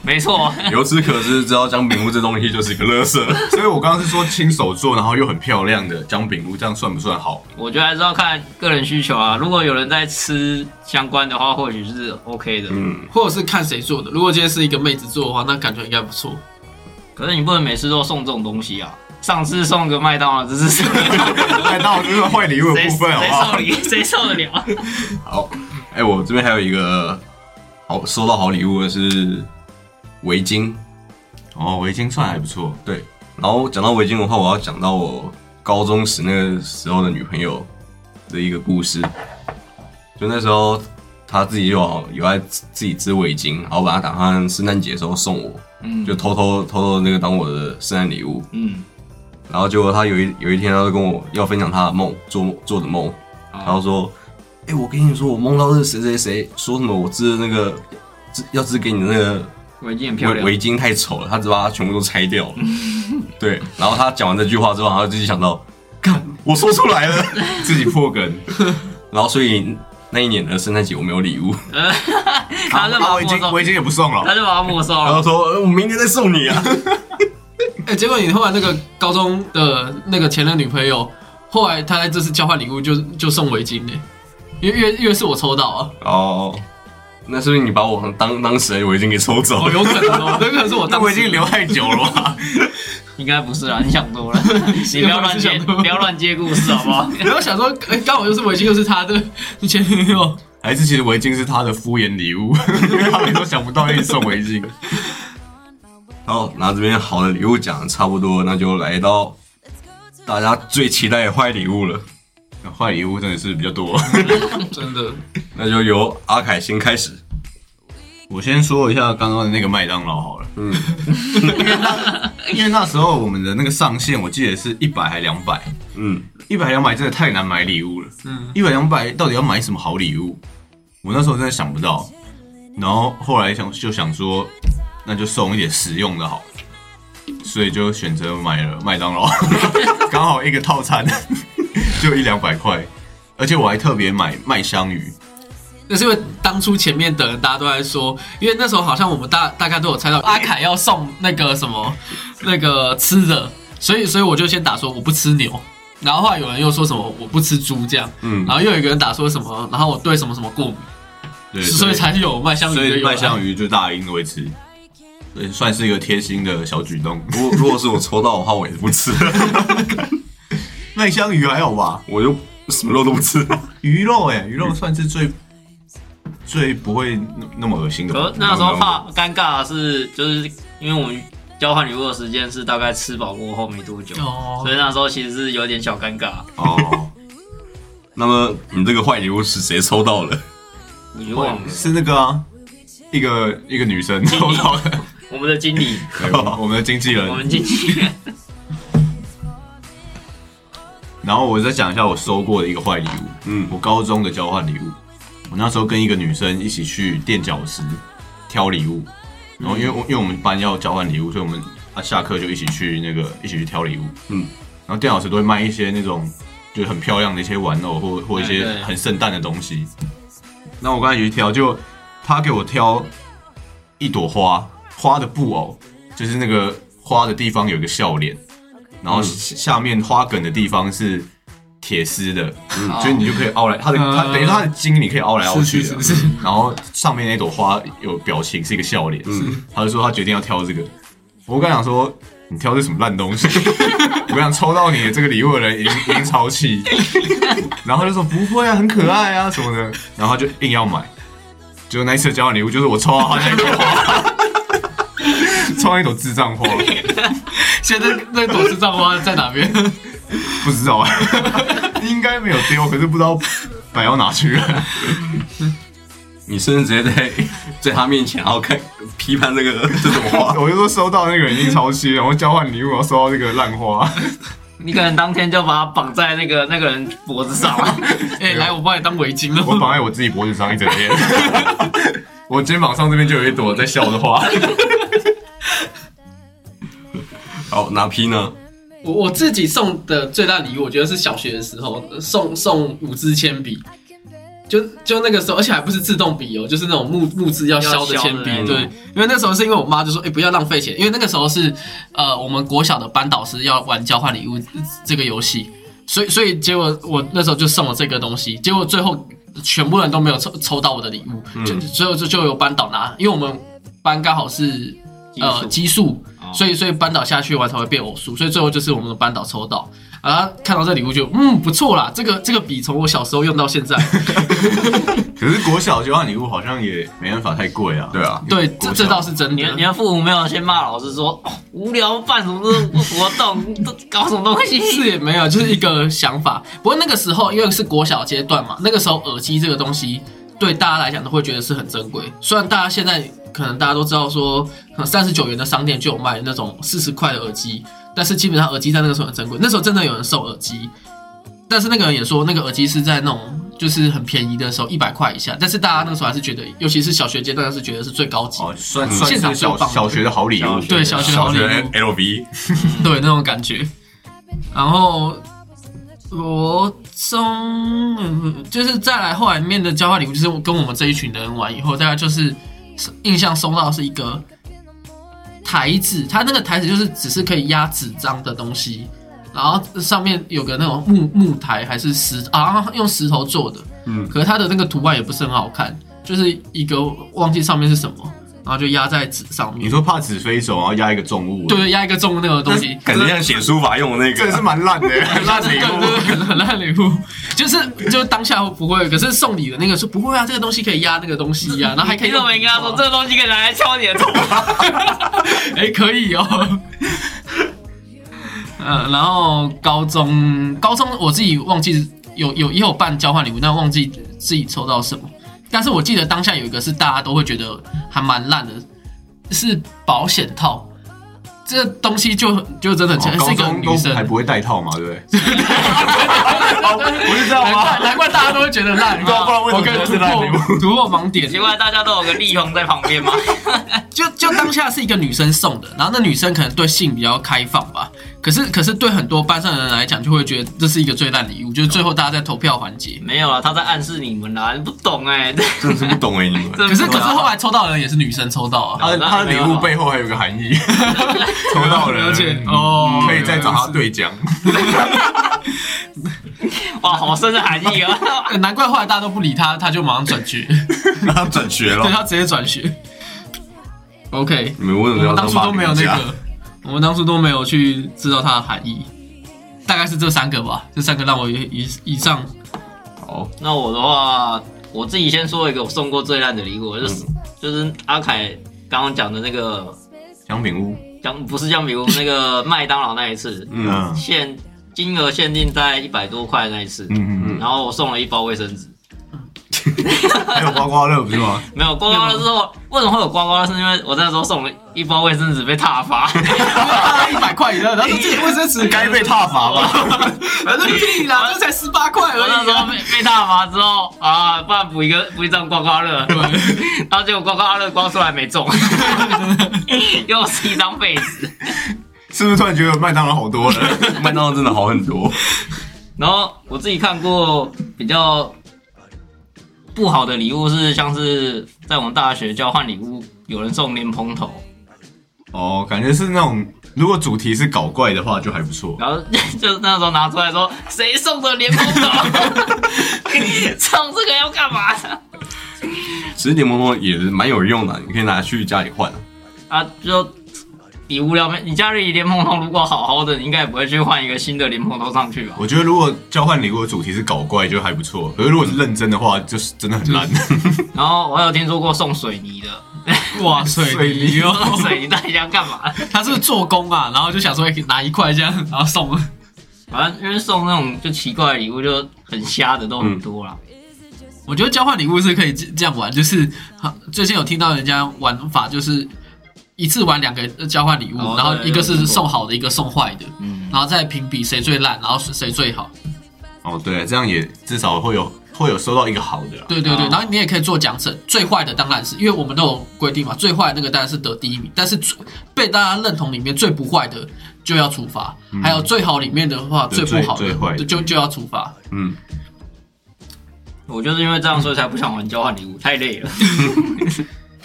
S4: [laughs] 没错。
S1: [laughs] 由此可知，知道姜饼屋这东西就是一个垃圾。
S2: 所以我刚刚是说亲手做，然后又很漂亮的姜饼屋，这样算不算好？
S4: 我觉得还是要看个人需求啊。如果有人在吃相关的话，或许是 OK 的。
S1: 嗯，
S3: 或者是看谁做的，如果今天是一个妹子做的话，那感觉应该不错。
S4: 可是你不能每次都送这种东西啊。上次送个麦当劳，这
S2: [laughs]
S4: 是谁
S2: 哎，那我就是坏礼物的
S4: [laughs] 谁
S2: 部分，好不好
S4: 受？理？谁受得了？啊
S1: 好，哎、我这边还有一个好收到好礼物的是围巾。
S2: 哦，围巾算还不错，
S1: 然后讲到围巾的话，我要讲到我高中时那个时候的女朋友的一个故事。就那时候她自己有有在自己织围巾，然后把它打算圣诞节的时候送我，
S4: 嗯
S1: 就偷偷偷偷那个当我的圣诞礼物。
S4: 嗯，
S1: 然后结果她有一有一天，她就跟我要分享她的梦，做梦做的梦，
S4: 然
S1: 然后说：“哎、我跟你说，我梦到是谁谁谁说什么我织的那个织要织给你的那个
S4: 围巾很漂
S1: 围
S4: 亮，
S1: 围巾太丑了，他只把它全部都拆掉了。
S4: [laughs]
S1: 对，然后他讲完这句话之后，他自己想到，看我说出来了， [laughs]
S2: 自己破梗，
S1: 然后所以那一年的圣诞节我没有礼物，
S4: 哦他就把它
S2: 围
S4: 没
S2: 巾
S4: 收，
S2: 围巾也不送了
S4: 他。就把它没收
S1: 然后
S4: 了。
S1: 说、呃我明年再送你啊。
S3: 哎、结果你后来那个高中的那个前任女朋友，后来她在这次交换礼物就就送围巾呢、因为越越是我抽到啊，
S1: 哦，那是不是你把我当当时的围巾给抽走
S3: 哦，
S1: 了？
S3: 有可能哦，有可能是我
S2: 那
S3: 当
S2: 我已
S3: 时
S2: 经留太久了
S4: [laughs]
S2: 吧？
S4: 应该不是啊啦，你想 [laughs] 多了，你不要乱接，不要乱接故事好不 [laughs] 好？
S3: 然后想说，哎、刚好又是围巾，又是他的前女友，
S2: 还是其实围巾是他的敷衍礼物，因为他们都想不到一直送围巾。
S1: 好，那这边好的礼物讲得差不多，那就来到大家最期待的坏礼物了，
S2: 坏礼物真的是比较多。
S3: [laughs] 真的。
S1: 那就由阿凯先开始。
S2: 我先说一下刚刚的那个麦当劳好了，
S1: 嗯，
S2: [laughs] 因为那时候我们的那个上限，我记得是一百还两百，
S1: 嗯，
S2: 一百两百真的太难买礼物了。
S3: 嗯
S2: 嗯，一百两百到底要买什么好礼物？我那时候真的想不到，然后后来想就想说，那就送一点实用的好了，所以就选择买了麦当劳， [laughs] 刚好一个套餐 [laughs] 就一两百块，而且我还特别买麦香鱼，
S3: 那是因为当初前面的人大家都在说，因为那时候好像我们大大概都有猜到阿凯要送那个什么那个吃的，所以所以我就先打说我不吃牛，然后后来有人又说什么我不吃猪这样，
S1: 嗯
S3: 然后又有一个人打说什么，然后我对什么什么过敏，
S2: 对，
S3: 所以才有啊麦香鱼
S2: 所
S3: 的由
S2: 以
S3: 来
S2: 麦香鱼就大家一定都会吃，对，算是一个贴心的小举动。 [laughs]
S1: 如果如果是我抽到的话，我也不吃， [laughs]
S2: 麦香鱼还好吧？
S1: 我就什么肉都不吃。
S2: 鱼肉哎、鱼
S4: 嗯
S2: 肉算是最最不会那那么恶心的吧。
S4: 可那时候怕尴尬的是，就是因为我们交换礼物的时间是大概吃饱过后没多久，
S3: 哦
S4: 所以那时候其实是有点小尴尬。
S2: 哦，
S4: [laughs]
S1: 那么你这个坏礼物是谁抽到了？
S4: 你忘了
S2: 是那个啊，一个一个女生
S4: 经
S2: 抽
S4: 理
S2: 到
S4: [laughs]
S2: 的，
S4: 我们的经理，
S2: 对我 [laughs] 们我们的经纪
S4: 我
S2: 人。
S4: 们经纪人，
S2: 然后我再讲一下我收过的一个坏礼物，
S1: 嗯，
S2: 我高中的交换礼物。我那时候跟一个女生一起去垫脚石挑礼物，然后因为
S1: 嗯
S2: 我因为我们班要交换礼物，所以我们啊下课就一起去那个一起去挑礼物。
S1: 嗯，
S2: 然后店老师都会卖一些那种就是很漂亮的一些玩偶或或一些
S1: 哎
S4: 对对
S2: 很圣诞的东西。那我刚才去挑，就他给我挑一朵花，花的布偶，就是那个花的地方有一个笑脸，然后
S1: 嗯
S2: 下下面花梗的地方是铁丝的，
S4: 好
S2: 所以你就可以凹来它的它
S3: 嗯
S2: 等于它的筋你可以凹来凹去的，
S3: 是
S2: 嗯
S3: 是是是
S2: 然后上面那朵花有表情是一个笑脸，他就说他决定要挑这个。我刚想说你挑这什么烂东西， [laughs] 我想抽到你的这个礼物的人已经 [laughs] 已经
S3: [laughs]
S2: 超气，然后他就说不会啊，很可爱啊什么的，然后他就硬要买。结果那一次的交换礼物就是我抽到他那朵花， [laughs] 抽到一朵智障花，
S3: [laughs] 现在那朵是藏花在哪边？
S2: [laughs] 不知道啊， [laughs] 应该没有丢，可是不知道摆到哪去了。
S1: 你甚至直接在在他面前，然后看批判这个这种话。
S2: 我就说收到那个人已经超期，然后交换礼物，然后收到这个烂花，
S4: [laughs] 你可能当天就把他绑在那个那个人脖子 [laughs] 上了。
S3: 哎、来我帮你当围巾
S2: [laughs] 我
S3: 了。
S2: 绑在我自己脖子上一整天， [laughs] 我肩膀上这边就有一朵在笑的花。
S1: 好，拿批呢？
S3: 我我自己送的最大礼物，我觉得是小学的时候送送五支铅笔，就就那个时候，而且还不是自动笔哦，就是那种木木质要削的嗯铅笔
S4: 要削的那。种
S3: 对，因为那时候是因为我妈就说，哎、不要浪费钱，因为那个时候是呃我们国小的班导师要玩交换礼物呃这个游戏，所以所以结果我那时候就送了这个东西，结果最后全部人都没有抽抽到我的礼物，就所以就就由班导拿，因为我们班刚好是呃
S4: 基
S3: 奇数。
S4: 哦
S3: 所以所以班导下去完才会变偶数，所以最后就是我们的班导抽到，然后看到这礼物就嗯不错啦，这个这个笔从我小时候用到现在，
S2: [laughs] 可是国小交换礼物好像也没办法太贵啊。
S1: 对啊，
S3: 对，这
S2: 国小
S3: 这倒是真
S4: 你
S3: 的
S4: 的你。的父母没有先骂老师说、哦无聊办什么活动，都搞什么东西？
S3: 是也没有，就是一个想法。不过那个时候因为是国小阶段嘛，那个时候耳机这个东西对大家来讲都会觉得是很珍贵。虽然大家现在可能大家都知道说，可能三十九元的商店就有卖那种四十块的耳机，但是基本上耳机在那个时候很珍贵。那时候真的有人送耳机，但是那个人也说，那个耳机是在那种就是很便宜的时候，一百块以下。但是大家那个时候还是觉得，尤其是小学阶段，是觉得是最高级，
S2: 哦，算算
S3: 现场
S2: 是
S3: 最棒
S2: 小
S3: 的
S2: 小学的好礼物
S4: 小，学
S3: 对小学
S1: 小
S3: 好礼
S1: 学
S3: 物。
S1: L V，
S3: 对那种感觉。然后国中嗯就是再来后来面的交换礼物，就是我跟我们这一群人玩以后，大概就是印象收到的是一个台子，它那个台子就是只是可以压纸张的东西，然后上面有个那种木木台还是石啊，用石头做的，
S1: 嗯
S3: 可是它的那个图案也不是很好看，就是一个忘记上面是什么，然后就压在纸上
S2: 你
S3: 面，
S2: 说怕纸飞走，然后压一个重物，，
S3: 对，压一个重的那个东西，
S1: 感觉像写书法用的那 [laughs]
S2: 这
S1: 个
S2: 是蛮
S3: [laughs]
S2: 烂的，很烂的一
S3: 对
S2: 幕。
S3: 对对，很烂礼物，就是就是当下不会，可是送礼的那个说不会啊，这个东西可以压那个东西呀、然后啊还可以
S4: 你怎 [laughs]
S3: 用
S4: 么没跟他啊说这个东西可以拿来敲你的头？
S3: 哎、可以哦。呃，然后高中高中我自己忘记有有也有办交换礼物，但忘记自己抽到什么。但是我记得当下有一个是大家都会觉得还蛮烂的，是保险套。这个东西就就真的很强、
S2: 哦高
S3: 是一个
S2: 中
S3: 女
S2: 都
S3: 生
S2: 还，不会戴套嘛，对不对？不是这样
S3: 难 [laughs] 怪
S2: [laughs] 吗？
S3: 难怪大家都会觉得烂，啊
S2: 不啊然不然为什么
S3: 我可以
S2: 觉得
S3: 突
S2: 是烂礼
S3: 破突破盲点。
S4: [laughs] 奇怪，大家都有个利用在旁边吗？
S3: 就就当下是一个女生送的，然后那女生可能对性比较开放吧，可是可是对很多班上的人来讲，就会觉得这是一个最烂礼物，就是最后大家在投票环节。
S4: 没有啊，他在暗示你们啦，你不懂哎。 [laughs]
S1: 真的是不懂哎、你们。
S4: 这
S3: 可是
S2: 啊
S3: 可是后来抽到的人也是女生抽到啊，
S2: 他的他的礼物背后还有个含义， [laughs] 抽到人嗯
S3: 了解哦
S2: 可以再找他对讲。
S4: [laughs] 哇，好深的含义啊！ [laughs]
S3: 呃 [laughs] 难怪后来大家都不理他，他就马上转
S2: [laughs]
S3: 学，
S1: 让他转学
S3: [laughs]
S2: 啊
S3: 对
S1: 了。
S3: 他直接转学。OK，
S1: 你们为什
S3: 我
S1: 么要
S3: 们当
S1: 当
S3: 初都没有那
S1: 霸凌
S3: 个，我们当初都没有去知道它的含义，大概是这三个吧，这三个让我以以上
S1: 家？好，
S4: 那我的话，我自己先说一个我送过最烂的礼物，就是、
S3: 嗯
S4: 就是阿凯刚刚讲的那个
S2: 奖品屋，
S4: 姜，不是姜饼屋，那个麦当劳那一次，
S1: 嗯，
S4: 限金额限定在一百多块那一次，
S2: 嗯嗯
S4: 然后我送了一包卫生纸。
S2: 嗯，还有刮刮乐不是 [laughs] 吗？
S4: 没有刮刮乐之后，为什么会有刮刮乐？是因为我那时候送了一包卫生纸被踏 [laughs] 罚，
S3: 一百块以上，然后说这个卫生 [laughs] 纸
S2: 该被踏伐吧？
S3: 反正屁啦，这才十八块而
S4: [laughs] 我那
S3: 已、
S4: 时候
S3: 啊。 [laughs]
S4: 被被踏罚之后啊，不然补一个补一张刮刮乐，然后结果刮刮乐刮出来没中， [laughs] 又是一张被子。
S2: [laughs] 是不是突然觉得麦当劳好多了？
S1: [laughs] 麦当劳真的好很多。
S4: 然后我自己看过比较不好的礼物是，像是在我们大学交换礼物，有人送莲蓬头，
S2: 哦，感觉是那种如果主题是搞怪的话就还不错。
S4: 然后 [laughs] 就那时候拿出来说，谁送的莲蓬头？ [laughs] 送这个要干嘛呢？
S1: 其实柠檬头也是蛮有用的，你可以拿去家里换啊。
S4: 啊，就比无聊没。你家里莲蓬头如果好好的，你应该也不会去换一个新的莲蓬头上去吧？
S2: 我觉得如果交换礼物的主题是搞怪就还不错，可是如果是认真的话，就是真的很烂。
S4: 然后我还有听说过送水泥的， [laughs]
S3: 哇，水泥
S4: 送
S3: 哦，
S4: 水泥到底想干嘛？
S3: [laughs] 他是不是做工啊，然后就想说拿一块这样，然后送。
S4: 反正因为送那种就奇怪的礼物，就很瞎的都很多啦。
S3: 我觉得交换礼物是可以这这样玩，就是啊最近有听到人家玩法，就是一次玩两个交换礼物，
S4: 哦
S3: 然后一个
S4: 对
S3: 是
S4: 对
S3: 送好的，一个送坏的，
S4: 嗯
S3: 然后再评比谁最烂，然后谁最好。
S2: 哦，对，这样也至少会有会有收到一个好的啦。
S3: 对对对，
S4: 哦
S3: 然后你也可以做奖惩。最坏的当然是因为我们都有规定嘛，最坏的那个当然是得第一名，但是最被大家认同里面最不坏的就要处罚，还有最好里面的话
S2: 对
S3: 不好的
S2: 最最坏的
S3: 就就要处罚。
S1: 嗯，
S4: 我就是因为这样，所以才不想玩交换礼物，太累了。 [laughs]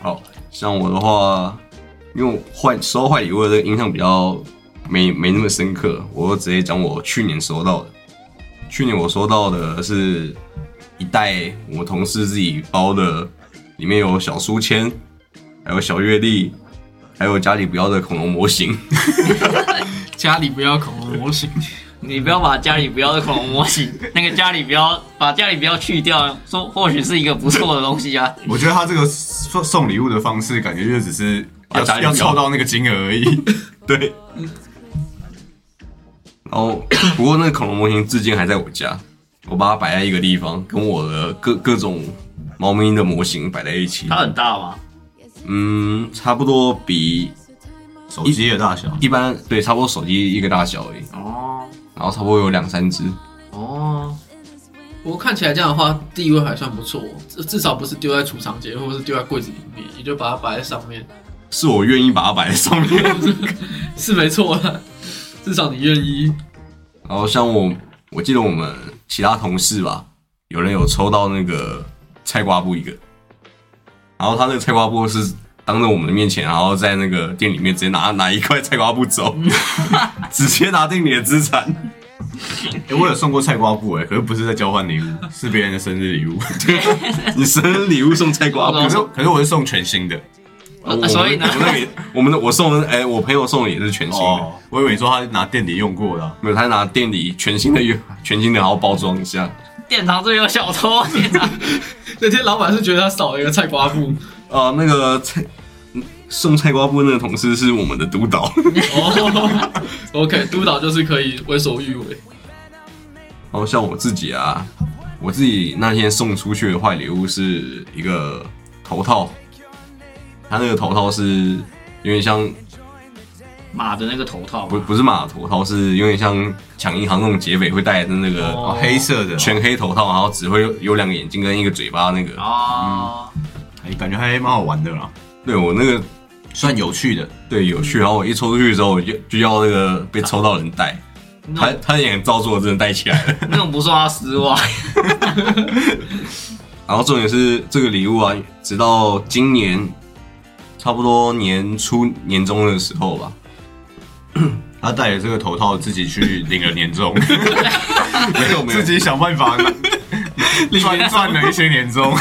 S1: 好像我的话，因为换收到坏礼物的这个印象比较没没那么深刻，我就直接讲我去年收到的。去年我收到的是一袋我同事自己包的，里面有小书签，还有小月历，还有家里不要的恐龙模型。
S3: [laughs] 家里不要恐龙模型，
S4: 你不要把家里不要的恐龙模型， [laughs] 那个家里不要把家里不要去掉，说或许是一个不错的东西啊。
S2: 我觉得他这个送送礼物的方式，感觉就只是
S1: 啊
S2: 要
S1: 加油
S2: 要凑到那个金额而已。
S1: [laughs] 对，然后不过那个恐龙模型至今还在我家，我把它摆在一个地方，跟我的各各种猫咪的模型摆在一起
S4: 它。很大吗？
S1: 嗯，差不多比
S2: 手机的大小，
S1: 一般对，差不多手机一个大小而已，
S4: 哦
S1: 然后差不多有两三只。
S4: 哦，
S3: [laughs] 我看起来这样的话，地位还算不错，至至少不是丢在储藏间，或者是丢在柜子里面，也就把它摆在上面，
S1: 是我愿意把它摆在上面。
S3: 是没错啦。至少你愿意。
S1: 然后像我，我记得我们其他同事吧，有人有抽到那个菜瓜布一个，然后他那个菜瓜布是当着我们的面前，然后在那个店里面直接拿拿一块菜瓜布
S4: [laughs]
S1: 走，直接拿定你的资产。
S2: 哎、我有送过菜瓜布哎、可是不是在交换礼物，是别人的生日礼物。
S1: 你生日礼物送菜瓜
S4: [laughs]
S1: 布
S2: 可，是可是我是送全新的
S1: 我
S4: 啊所以呢
S1: 我那里我们的我送的，哎、我朋友送的也是全新的，
S2: 哦，我以为你说他拿店里用过的啊、
S1: 没有他拿店里全新的 [laughs] 全新的，然后包装一下。
S4: [laughs] 店长这里有小偷，啊店长
S3: 那天老板是觉得他少了一个菜瓜布，
S1: 啊，那个菜嗯送菜瓜布那个同事是我们的督导。
S3: 哦，OK，督导就是可以为所欲为。
S1: 然后像我自己啊，我自己那天送出去的坏礼物是一个头套，它那个头套是有点像
S4: [laughs] 马的那个头套嘛，
S1: 不不是马头套，是有点像抢银行那种劫匪会戴的那个
S2: 哦，黑色的，
S1: 全黑头套，然后只会有有两个眼睛跟一个嘴巴那个。
S4: 哦，
S2: 哎感觉还蛮好玩的啦，
S1: 对我那个
S2: 算有趣的。
S1: 对有趣，然后我一抽出去之后，我就就要那个被抽到的人戴，他
S4: 那种
S1: 他也很照做，真的戴起来了。
S4: 那种不算他
S2: [laughs]
S4: 失望，
S1: 然后重点是这个礼物啊，直到今年差不多年初年中的时候吧，
S2: 他戴着这个头套自己去领了年终，
S1: 没有没有
S2: [laughs] [laughs] 自，己想办 [laughs] 法赚赚了一些年终。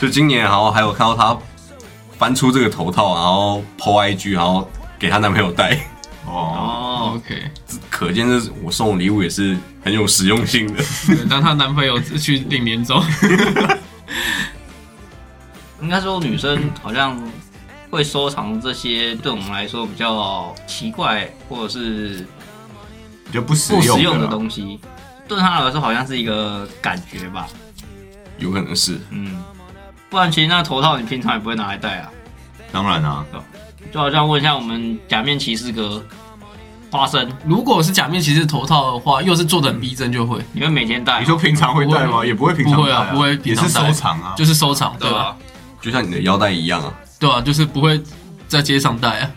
S1: 就今年然后还有看到她翻出这个头套，然后 PO IG，然后给她男朋友戴， [laughs]
S2: 哦，
S4: 哦，
S3: OK，
S1: 可见这是我送的礼物也是很有实用性的。
S3: 对当她男朋友去领年终， [laughs]
S4: 应该说女生好像会收藏这些，对我们来说比较奇怪或者是
S2: 就不实
S4: 不实
S2: 用
S4: 用
S2: 的
S4: 的
S2: 啦
S4: 东西，对她来说好像是一个感觉吧，
S1: 有可能是
S4: 嗯，不然其实那头套你平常也不会拿来戴啊，
S2: 当然啊，
S4: 就好像问一下我们假面骑士哥花生，
S3: 如果是假面骑士头套的话，又是做的很逼真，就会
S4: 你会每天戴哦
S2: 你？说平常会戴
S3: 不
S2: 吗？
S3: 会
S2: 也不会平常
S3: 不会
S2: 戴
S3: 啊不会
S2: 也
S3: 平
S2: 是
S3: 常戴
S2: 收藏啊。
S3: 就是收藏，
S4: 对
S3: 对吧？
S4: 吧？
S1: 就像你的腰带一样啊，
S3: 对啊，就是不会在街上戴啊。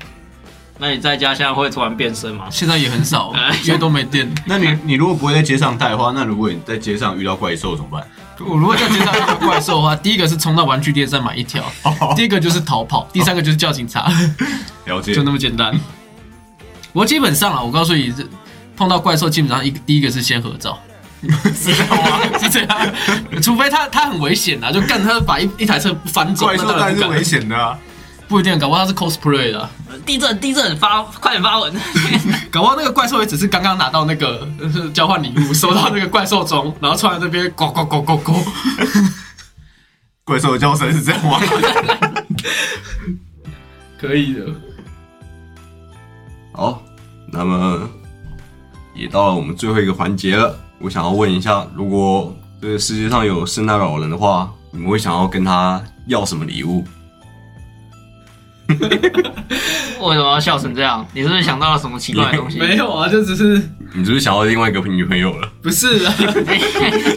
S4: 那你在家现在会突然变身吗？
S3: 现在也很少，
S2: 哎
S3: 因为都没电。
S2: 那你你如果不会在街上戴的话，那如果你在街上遇到怪兽怎么办？
S3: 我如果在街上遇到怪兽的话，第一个是冲到玩具店再买一条，
S2: 哦
S3: 第二个就是逃跑，第三个就是叫警察， [laughs]
S2: 了解
S3: 就，那么简单。不过基本上啊，我告诉你，这碰到怪兽基本上一第一个是先合照。是这
S2: 哦
S3: 样
S2: 啊
S3: 吗？是这样，除非他他很危险啊，就干他把一一台车翻走，
S2: [laughs] 怪兽
S3: 那当
S2: 当然
S3: 然
S2: 是
S3: 不敢
S2: 危，险的啊。
S3: 不一定，搞不好他是 cosplay 的啊、
S4: 呃地震地震发快点发文，
S3: 搞不好那个怪兽也只是刚刚拿到那个 [laughs] 呃交换礼物，收到那个怪兽钟，然后突然这边咕咕咕咕咕，
S2: 怪兽的叫声是这样 [laughs] 吗？
S3: 可以的。
S1: 好，那么也到了我们最后一个环节了。我想要问一下，如果这个世界上有圣诞老人的话，你们会想要跟他要什么礼物？
S4: 为什么要笑成这样？你是不是想到了什么奇怪的东西？
S3: 没有啊，就只是
S1: 你是不是想要另外一个女朋友了？
S3: 不是啊，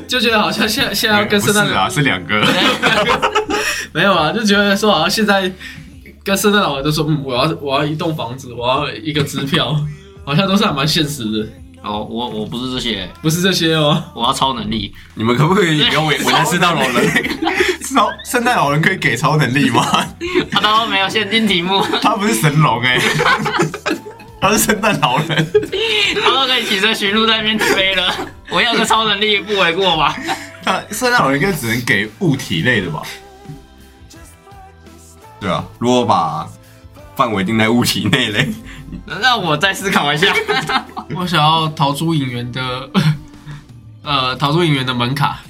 S3: 就觉得好像现在现在要跟圣诞
S2: 不是
S3: 老
S2: 啊，是两个。
S3: 没有啊，就觉得说好像现在跟圣诞老人都说，嗯，我要我要一栋房子，我要一个支票，好像都是还蛮现实的，
S4: [laughs] 哦，我我不是这些，
S3: 不是这些哦。
S4: 我要超能力。 [laughs]
S1: 你们可不可以不要为为难圣诞老人？
S2: 超 [laughs] 圣诞老人可以给超能力吗？ [laughs]
S4: 他当然没有限定题目， [laughs]
S2: 他不是神龙哎、 [laughs] 他是圣诞老人。
S4: 他都可以骑着驯鹿在那边飞了。 [laughs] 我要个超能力不为过吧？
S2: 他圣诞老人应该只能给物体类的吧？
S1: 对啊，如果把范围定在物体内嘞，
S4: [laughs] 那我再思考一下。 [laughs]
S3: 我想要逃出影园的，呃，逃出影园的门 [laughs] 卡。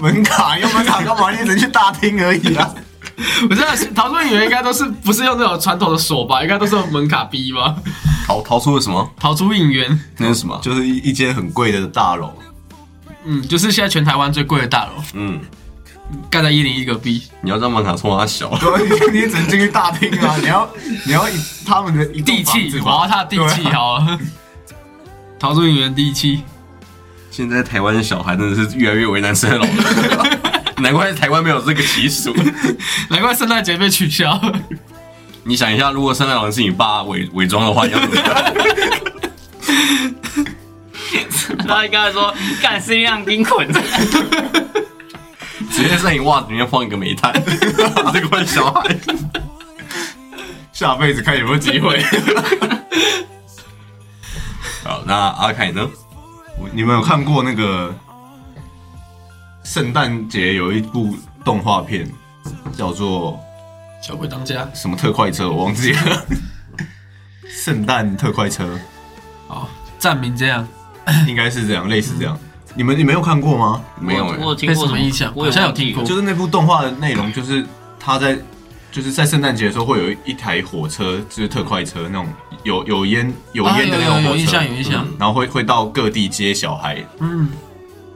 S2: 门卡用门卡干嘛？你也只能去大厅而已啊。
S3: 我知道逃出影园应该都是不是用那种传统的锁吧，应该都是用门卡逼吧。
S1: 逃逃出了什么？
S3: 逃出影园，
S1: 那是什么？
S2: [laughs] 就是一一间很贵的大楼，
S3: 嗯，就是现在全台湾最贵的大楼，
S1: 嗯，
S3: 盖在一零一隔壁。
S1: 你要让曼卡冲他小，
S2: 对，你也只能进去大厅啊。你要你要以他们的一栋
S3: 地
S2: 房
S3: 契，
S2: 子
S3: 我要
S2: 吧
S3: 他的地契
S2: 对啊
S3: 好 [laughs] 了。逃出影园地契，
S1: 现在台湾的小孩真的是越来越为难圣诞老人，难怪台湾没有这个习俗。
S3: 难怪圣诞节被取消。
S1: 你想一下，如果圣诞老人是你爸伪伪装的话，你要怎么样？
S4: 他应该说干是一辆冰捆，
S1: 直接在你袜子里面放一个煤炭， [laughs] 你这个小 [laughs] 孩。
S2: 下辈子看有没有机会。
S1: [laughs] 好，那阿凯呢？
S2: 我你们有看过那个圣诞节有一部动画片叫做
S3: 小鬼当家，
S2: 什么特快车，我忘记了。圣诞特快车
S3: 哦，站名这样，
S2: 应该是这样，类似这样。你们你没有看过吗？
S1: [laughs] 没有
S4: 我
S1: 欸
S4: 我有听过
S3: 没什么印象
S4: 我有
S3: 好像有
S4: 忘记
S3: 听过
S4: 了
S2: 就是那部动画的内容，就是他在就是在圣诞节的时候会有一台火车，就是特快车那种有有烟有
S3: 啊
S2: 烟的那
S3: 有
S2: 种火车，
S3: 有印象有印象
S2: 嗯然后会会到各地接小孩，
S3: 嗯。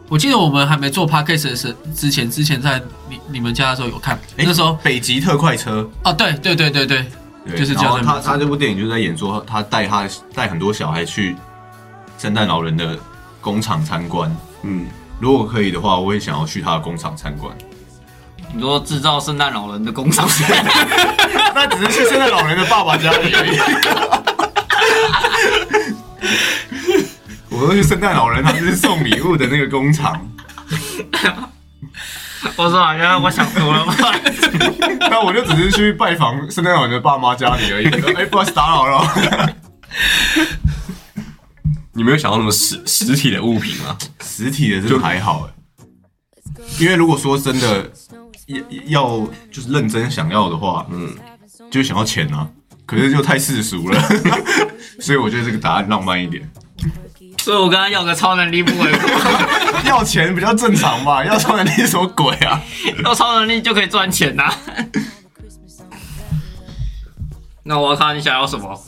S3: 我记得我们还没做 podcast 的时之前，之前在你你们家的时候有看，
S2: 诶
S3: 那时候
S2: 北极特快车，
S3: 啊，对对对对对，
S2: 对
S3: 就是这
S2: 然
S3: 样
S2: 后
S3: 的
S2: 他
S3: 名字
S2: 他这部电影就在演说，他带他带很多小孩去圣诞老人的工厂参观。
S1: 嗯，
S2: 如果可以的话，我也想要去他的工厂参观。
S4: 你说制造圣诞老人的工
S3: [laughs]
S4: 厂，
S2: [laughs] 那只是去圣诞老人的爸爸家里而已。 [laughs] 我说去圣诞老人，他就是送礼物的那个工厂。
S4: 我说好像我想
S3: [laughs]
S4: 多了吧？
S2: 那我就只是去拜访圣诞老人的爸妈家里而已。哎、不好意思打扰了。
S1: 你没有想到那么实实体的物品吗？
S2: 实体的就还好、欸，因为如果说真的要要就是认真想要的话，嗯，就想要钱啊。可是就太世俗了， [laughs] 所以我觉得这个答案浪漫一点。
S4: 所以我刚刚要个超能力不为 [laughs] 过，
S2: 要钱比较正常吧，要超能力是什么鬼啊？
S4: 有超能力就可以赚钱呐、 [laughs] 那我要看你想要什么？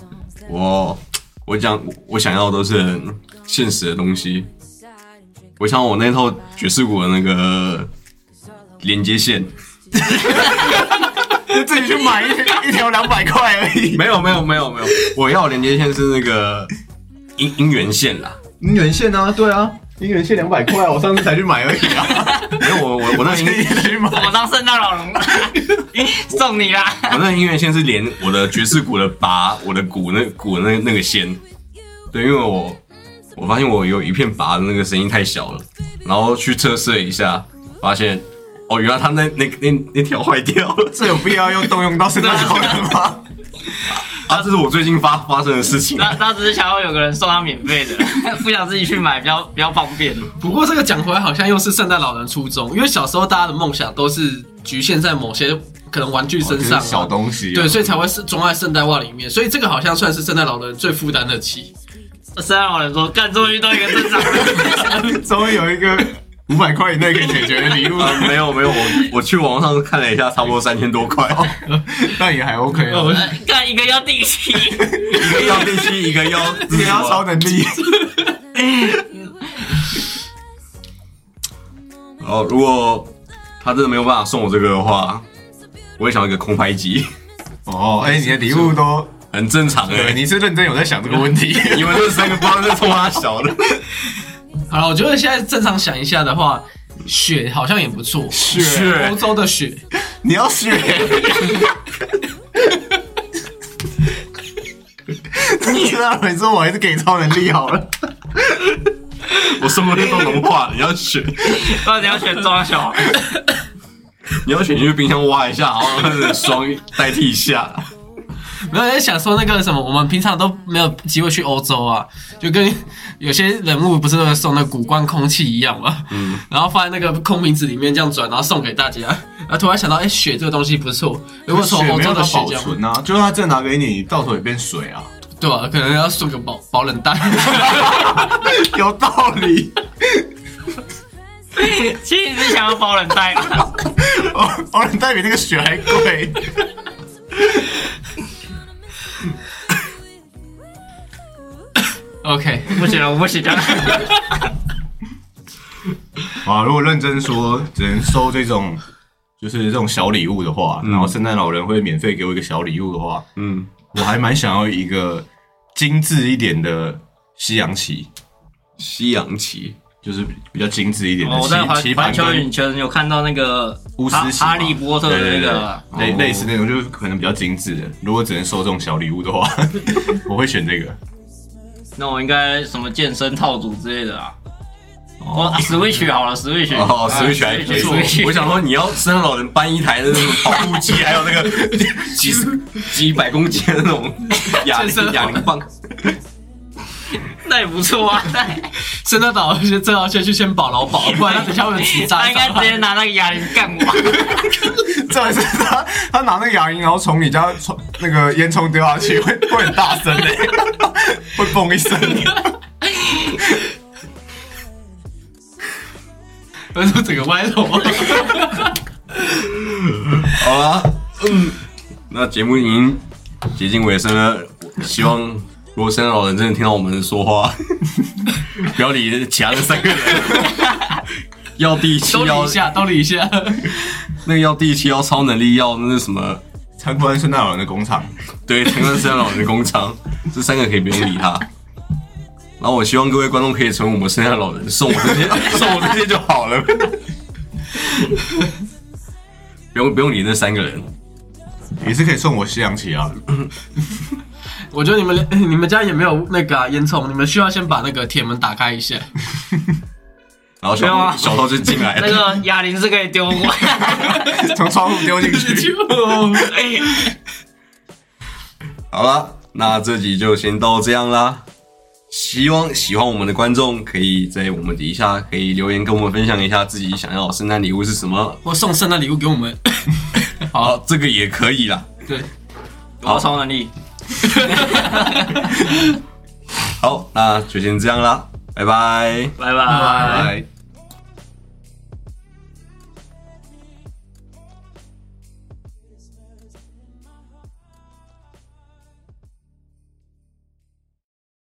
S1: 我我讲我想要的都是很现实的东西。我想我那套爵士鼓的那个连接线，
S2: 自己去买一一条两百块而已。
S1: 没有没有没有没有， [laughs] 我要的连接线是那个姻姻缘线啦。
S2: 姻缘线啊，对啊，姻缘线两百块，我上次才去买而已 [laughs] 啊。
S1: 没有我我我那
S2: 今
S1: [laughs]
S2: 天
S1: 姻
S2: 才去买，
S4: 我当圣诞老人 [laughs] 了送你啦！
S1: 我那姻缘线是连我的爵士鼓的拔，我的鼓那鼓那那个线。对，因为我我发现我有一片拔的那个声音太小了，然后去测试一下，发现哦，原来它那那那那条坏掉了。
S2: 这有必要用动用到圣诞老人吗？
S1: 啊，这是我最近发发生的事情。
S4: 他他只是想要有个人送他免费的， [laughs] 不想自己去买，比较比较方便。
S3: 不过这个讲回来，好像又是圣诞老人初衷，因为小时候大家的梦想都是局限在某些可能玩具身上啊、
S2: 哦小东西、
S3: 对，所以才会是装在圣诞袜里面，所以这个好像算是圣诞老人最负担得起。
S4: 圣诞老人说：“干，终于遇到一个正常人。 [laughs]
S2: 终于有一个五百块以内可以解决的礼物，
S1: 啊没有没有，我我去网上看了一下，差不多三千多块，
S2: 那也还 OK 啊。
S3: 哦
S4: 呃”干一个要定 [laughs] 期，
S1: 一个要电器，一个要自
S2: 你要超
S1: 超。
S2: 能力，
S1: 然后哦如果他真的没有办法送我这个的话，我也想要一个空拍机，
S2: 哦，哎、你的礼物都，
S1: 很正常哎、
S2: 对，
S1: 欸。
S2: 你是认真有在想这个问题，
S1: 你们这三个不知道在冲他小的，
S3: 好了，我觉得现在正常想一下的话，雪好像也不错，
S1: 雪
S3: 欧洲的雪，
S2: 你要 [laughs] 学，知道你说我还是给超能力好了。
S1: 我生活都融化了。你要选， [laughs]
S4: 那你要选装小孩。
S1: 你要选你去冰箱挖一下，然后那个霜代替一下。
S3: 没有在想说那个什么，我们平常都没有机会去欧洲啊，就跟有些人物不是都会送那古关空气一样嘛，嗯，然后放在那个空瓶子里面这样转，然后送给大家，然后突然想到，哎、雪这个东西不错，如果从欧
S2: 没
S3: 洲
S2: 有
S3: 的
S2: 办
S3: 雪
S2: 法保
S3: 这样，
S2: 存啊，就是他真的拿给你，到头也变水 [laughs] 啊，
S3: 对吧、可能要送个保保冷袋，
S2: [laughs] 有道理。
S4: [laughs] 其实你是想要包冷袋吗？
S2: 保冷袋比那个雪还 [laughs] 贵。
S3: OK，
S4: 不行了，我不行
S1: [laughs]
S4: 了。
S2: 啊，如果认真说，只能收这种就是这种小礼物的话，然后圣诞老人会免费给我一个小礼物的话，
S1: 嗯，
S2: 我还蛮想要一个精致一点的西洋棋，
S1: 西洋棋，
S2: 就是比较精致一点的
S4: 我在
S2: 棋
S4: 环
S2: 棋
S4: 环
S2: 盘
S4: 球
S2: 跟
S4: 影城有看到那个
S2: 巫师
S4: 哈
S2: 棋嘛
S4: 哈利波特的
S2: 对
S4: 那
S2: 对对
S4: 个，
S2: 类
S1: 哦
S2: 类似那种，就是可能比较精致的。如果只能收这种小礼物的话， [laughs] 我会选这个。
S4: 那我应该什么健身套组之类的啊？我啊 Switch 好了，Switch
S1: 哦
S4: 啊
S1: ，Switch 还可以
S4: ，Switch，Switch
S1: 我想说，你要圣诞老人搬一台的那种跑步机，还有那个几十几百公斤的那 [laughs] 种哑
S3: 健身
S1: 铃
S3: 房
S1: 哑铃棒，
S4: 那也不错啊，那
S3: 圣诞岛先正要先去先保劳保，不然他等一下会有纸扎。
S4: 他应
S3: [laughs]
S4: 该直接拿那个哑铃干我。
S2: 这还是他他拿那个哑铃，然后从你家从那个烟囱丢下去，会会很大声的、欸 [laughs] 会嘣一声。
S3: 我说整个歪头。
S1: 好啦，嗯，那节目已经接近尾声了，我希望如果圣诞老人真的听到我们说话，不要理其他的三个人，要地气
S3: 都理
S1: 要
S3: 一下，都理一下。
S1: 那个要地气要超能力要那是什么？
S2: [laughs] 参观圣诞老人的工厂，
S1: 对，陈冠生老人的工厂，这三个可以不用理他。然后我希望各位观众可以成为我们圣诞老人，送我这些，送我这些就好了。不用不用理那三个人，
S2: 也是可以送我西洋棋 [laughs] 啊。
S3: 我觉得你们你们家也没有那个啊烟囱，你们需要先把那个铁门打开一下。
S1: 然后
S4: 没有
S1: 小
S4: 啊
S1: 小偷就进来
S4: 那
S1: 了。
S4: 个哑铃是可以 [laughs] 丢过，
S2: 从窗户丢进去。
S4: 哎
S1: 好啦，那这集就先到这样啦。希望喜欢我们的观众可以在我们底下可以留言跟我们分享一下自己想要的圣诞礼物是什么。
S3: [laughs] 我送圣诞礼物给我们。
S1: 好，这个也可以啦。
S3: [laughs] 对，
S4: 我有超能力。
S1: 好，那就先这样啦，拜拜。
S4: 拜拜。
S1: 拜。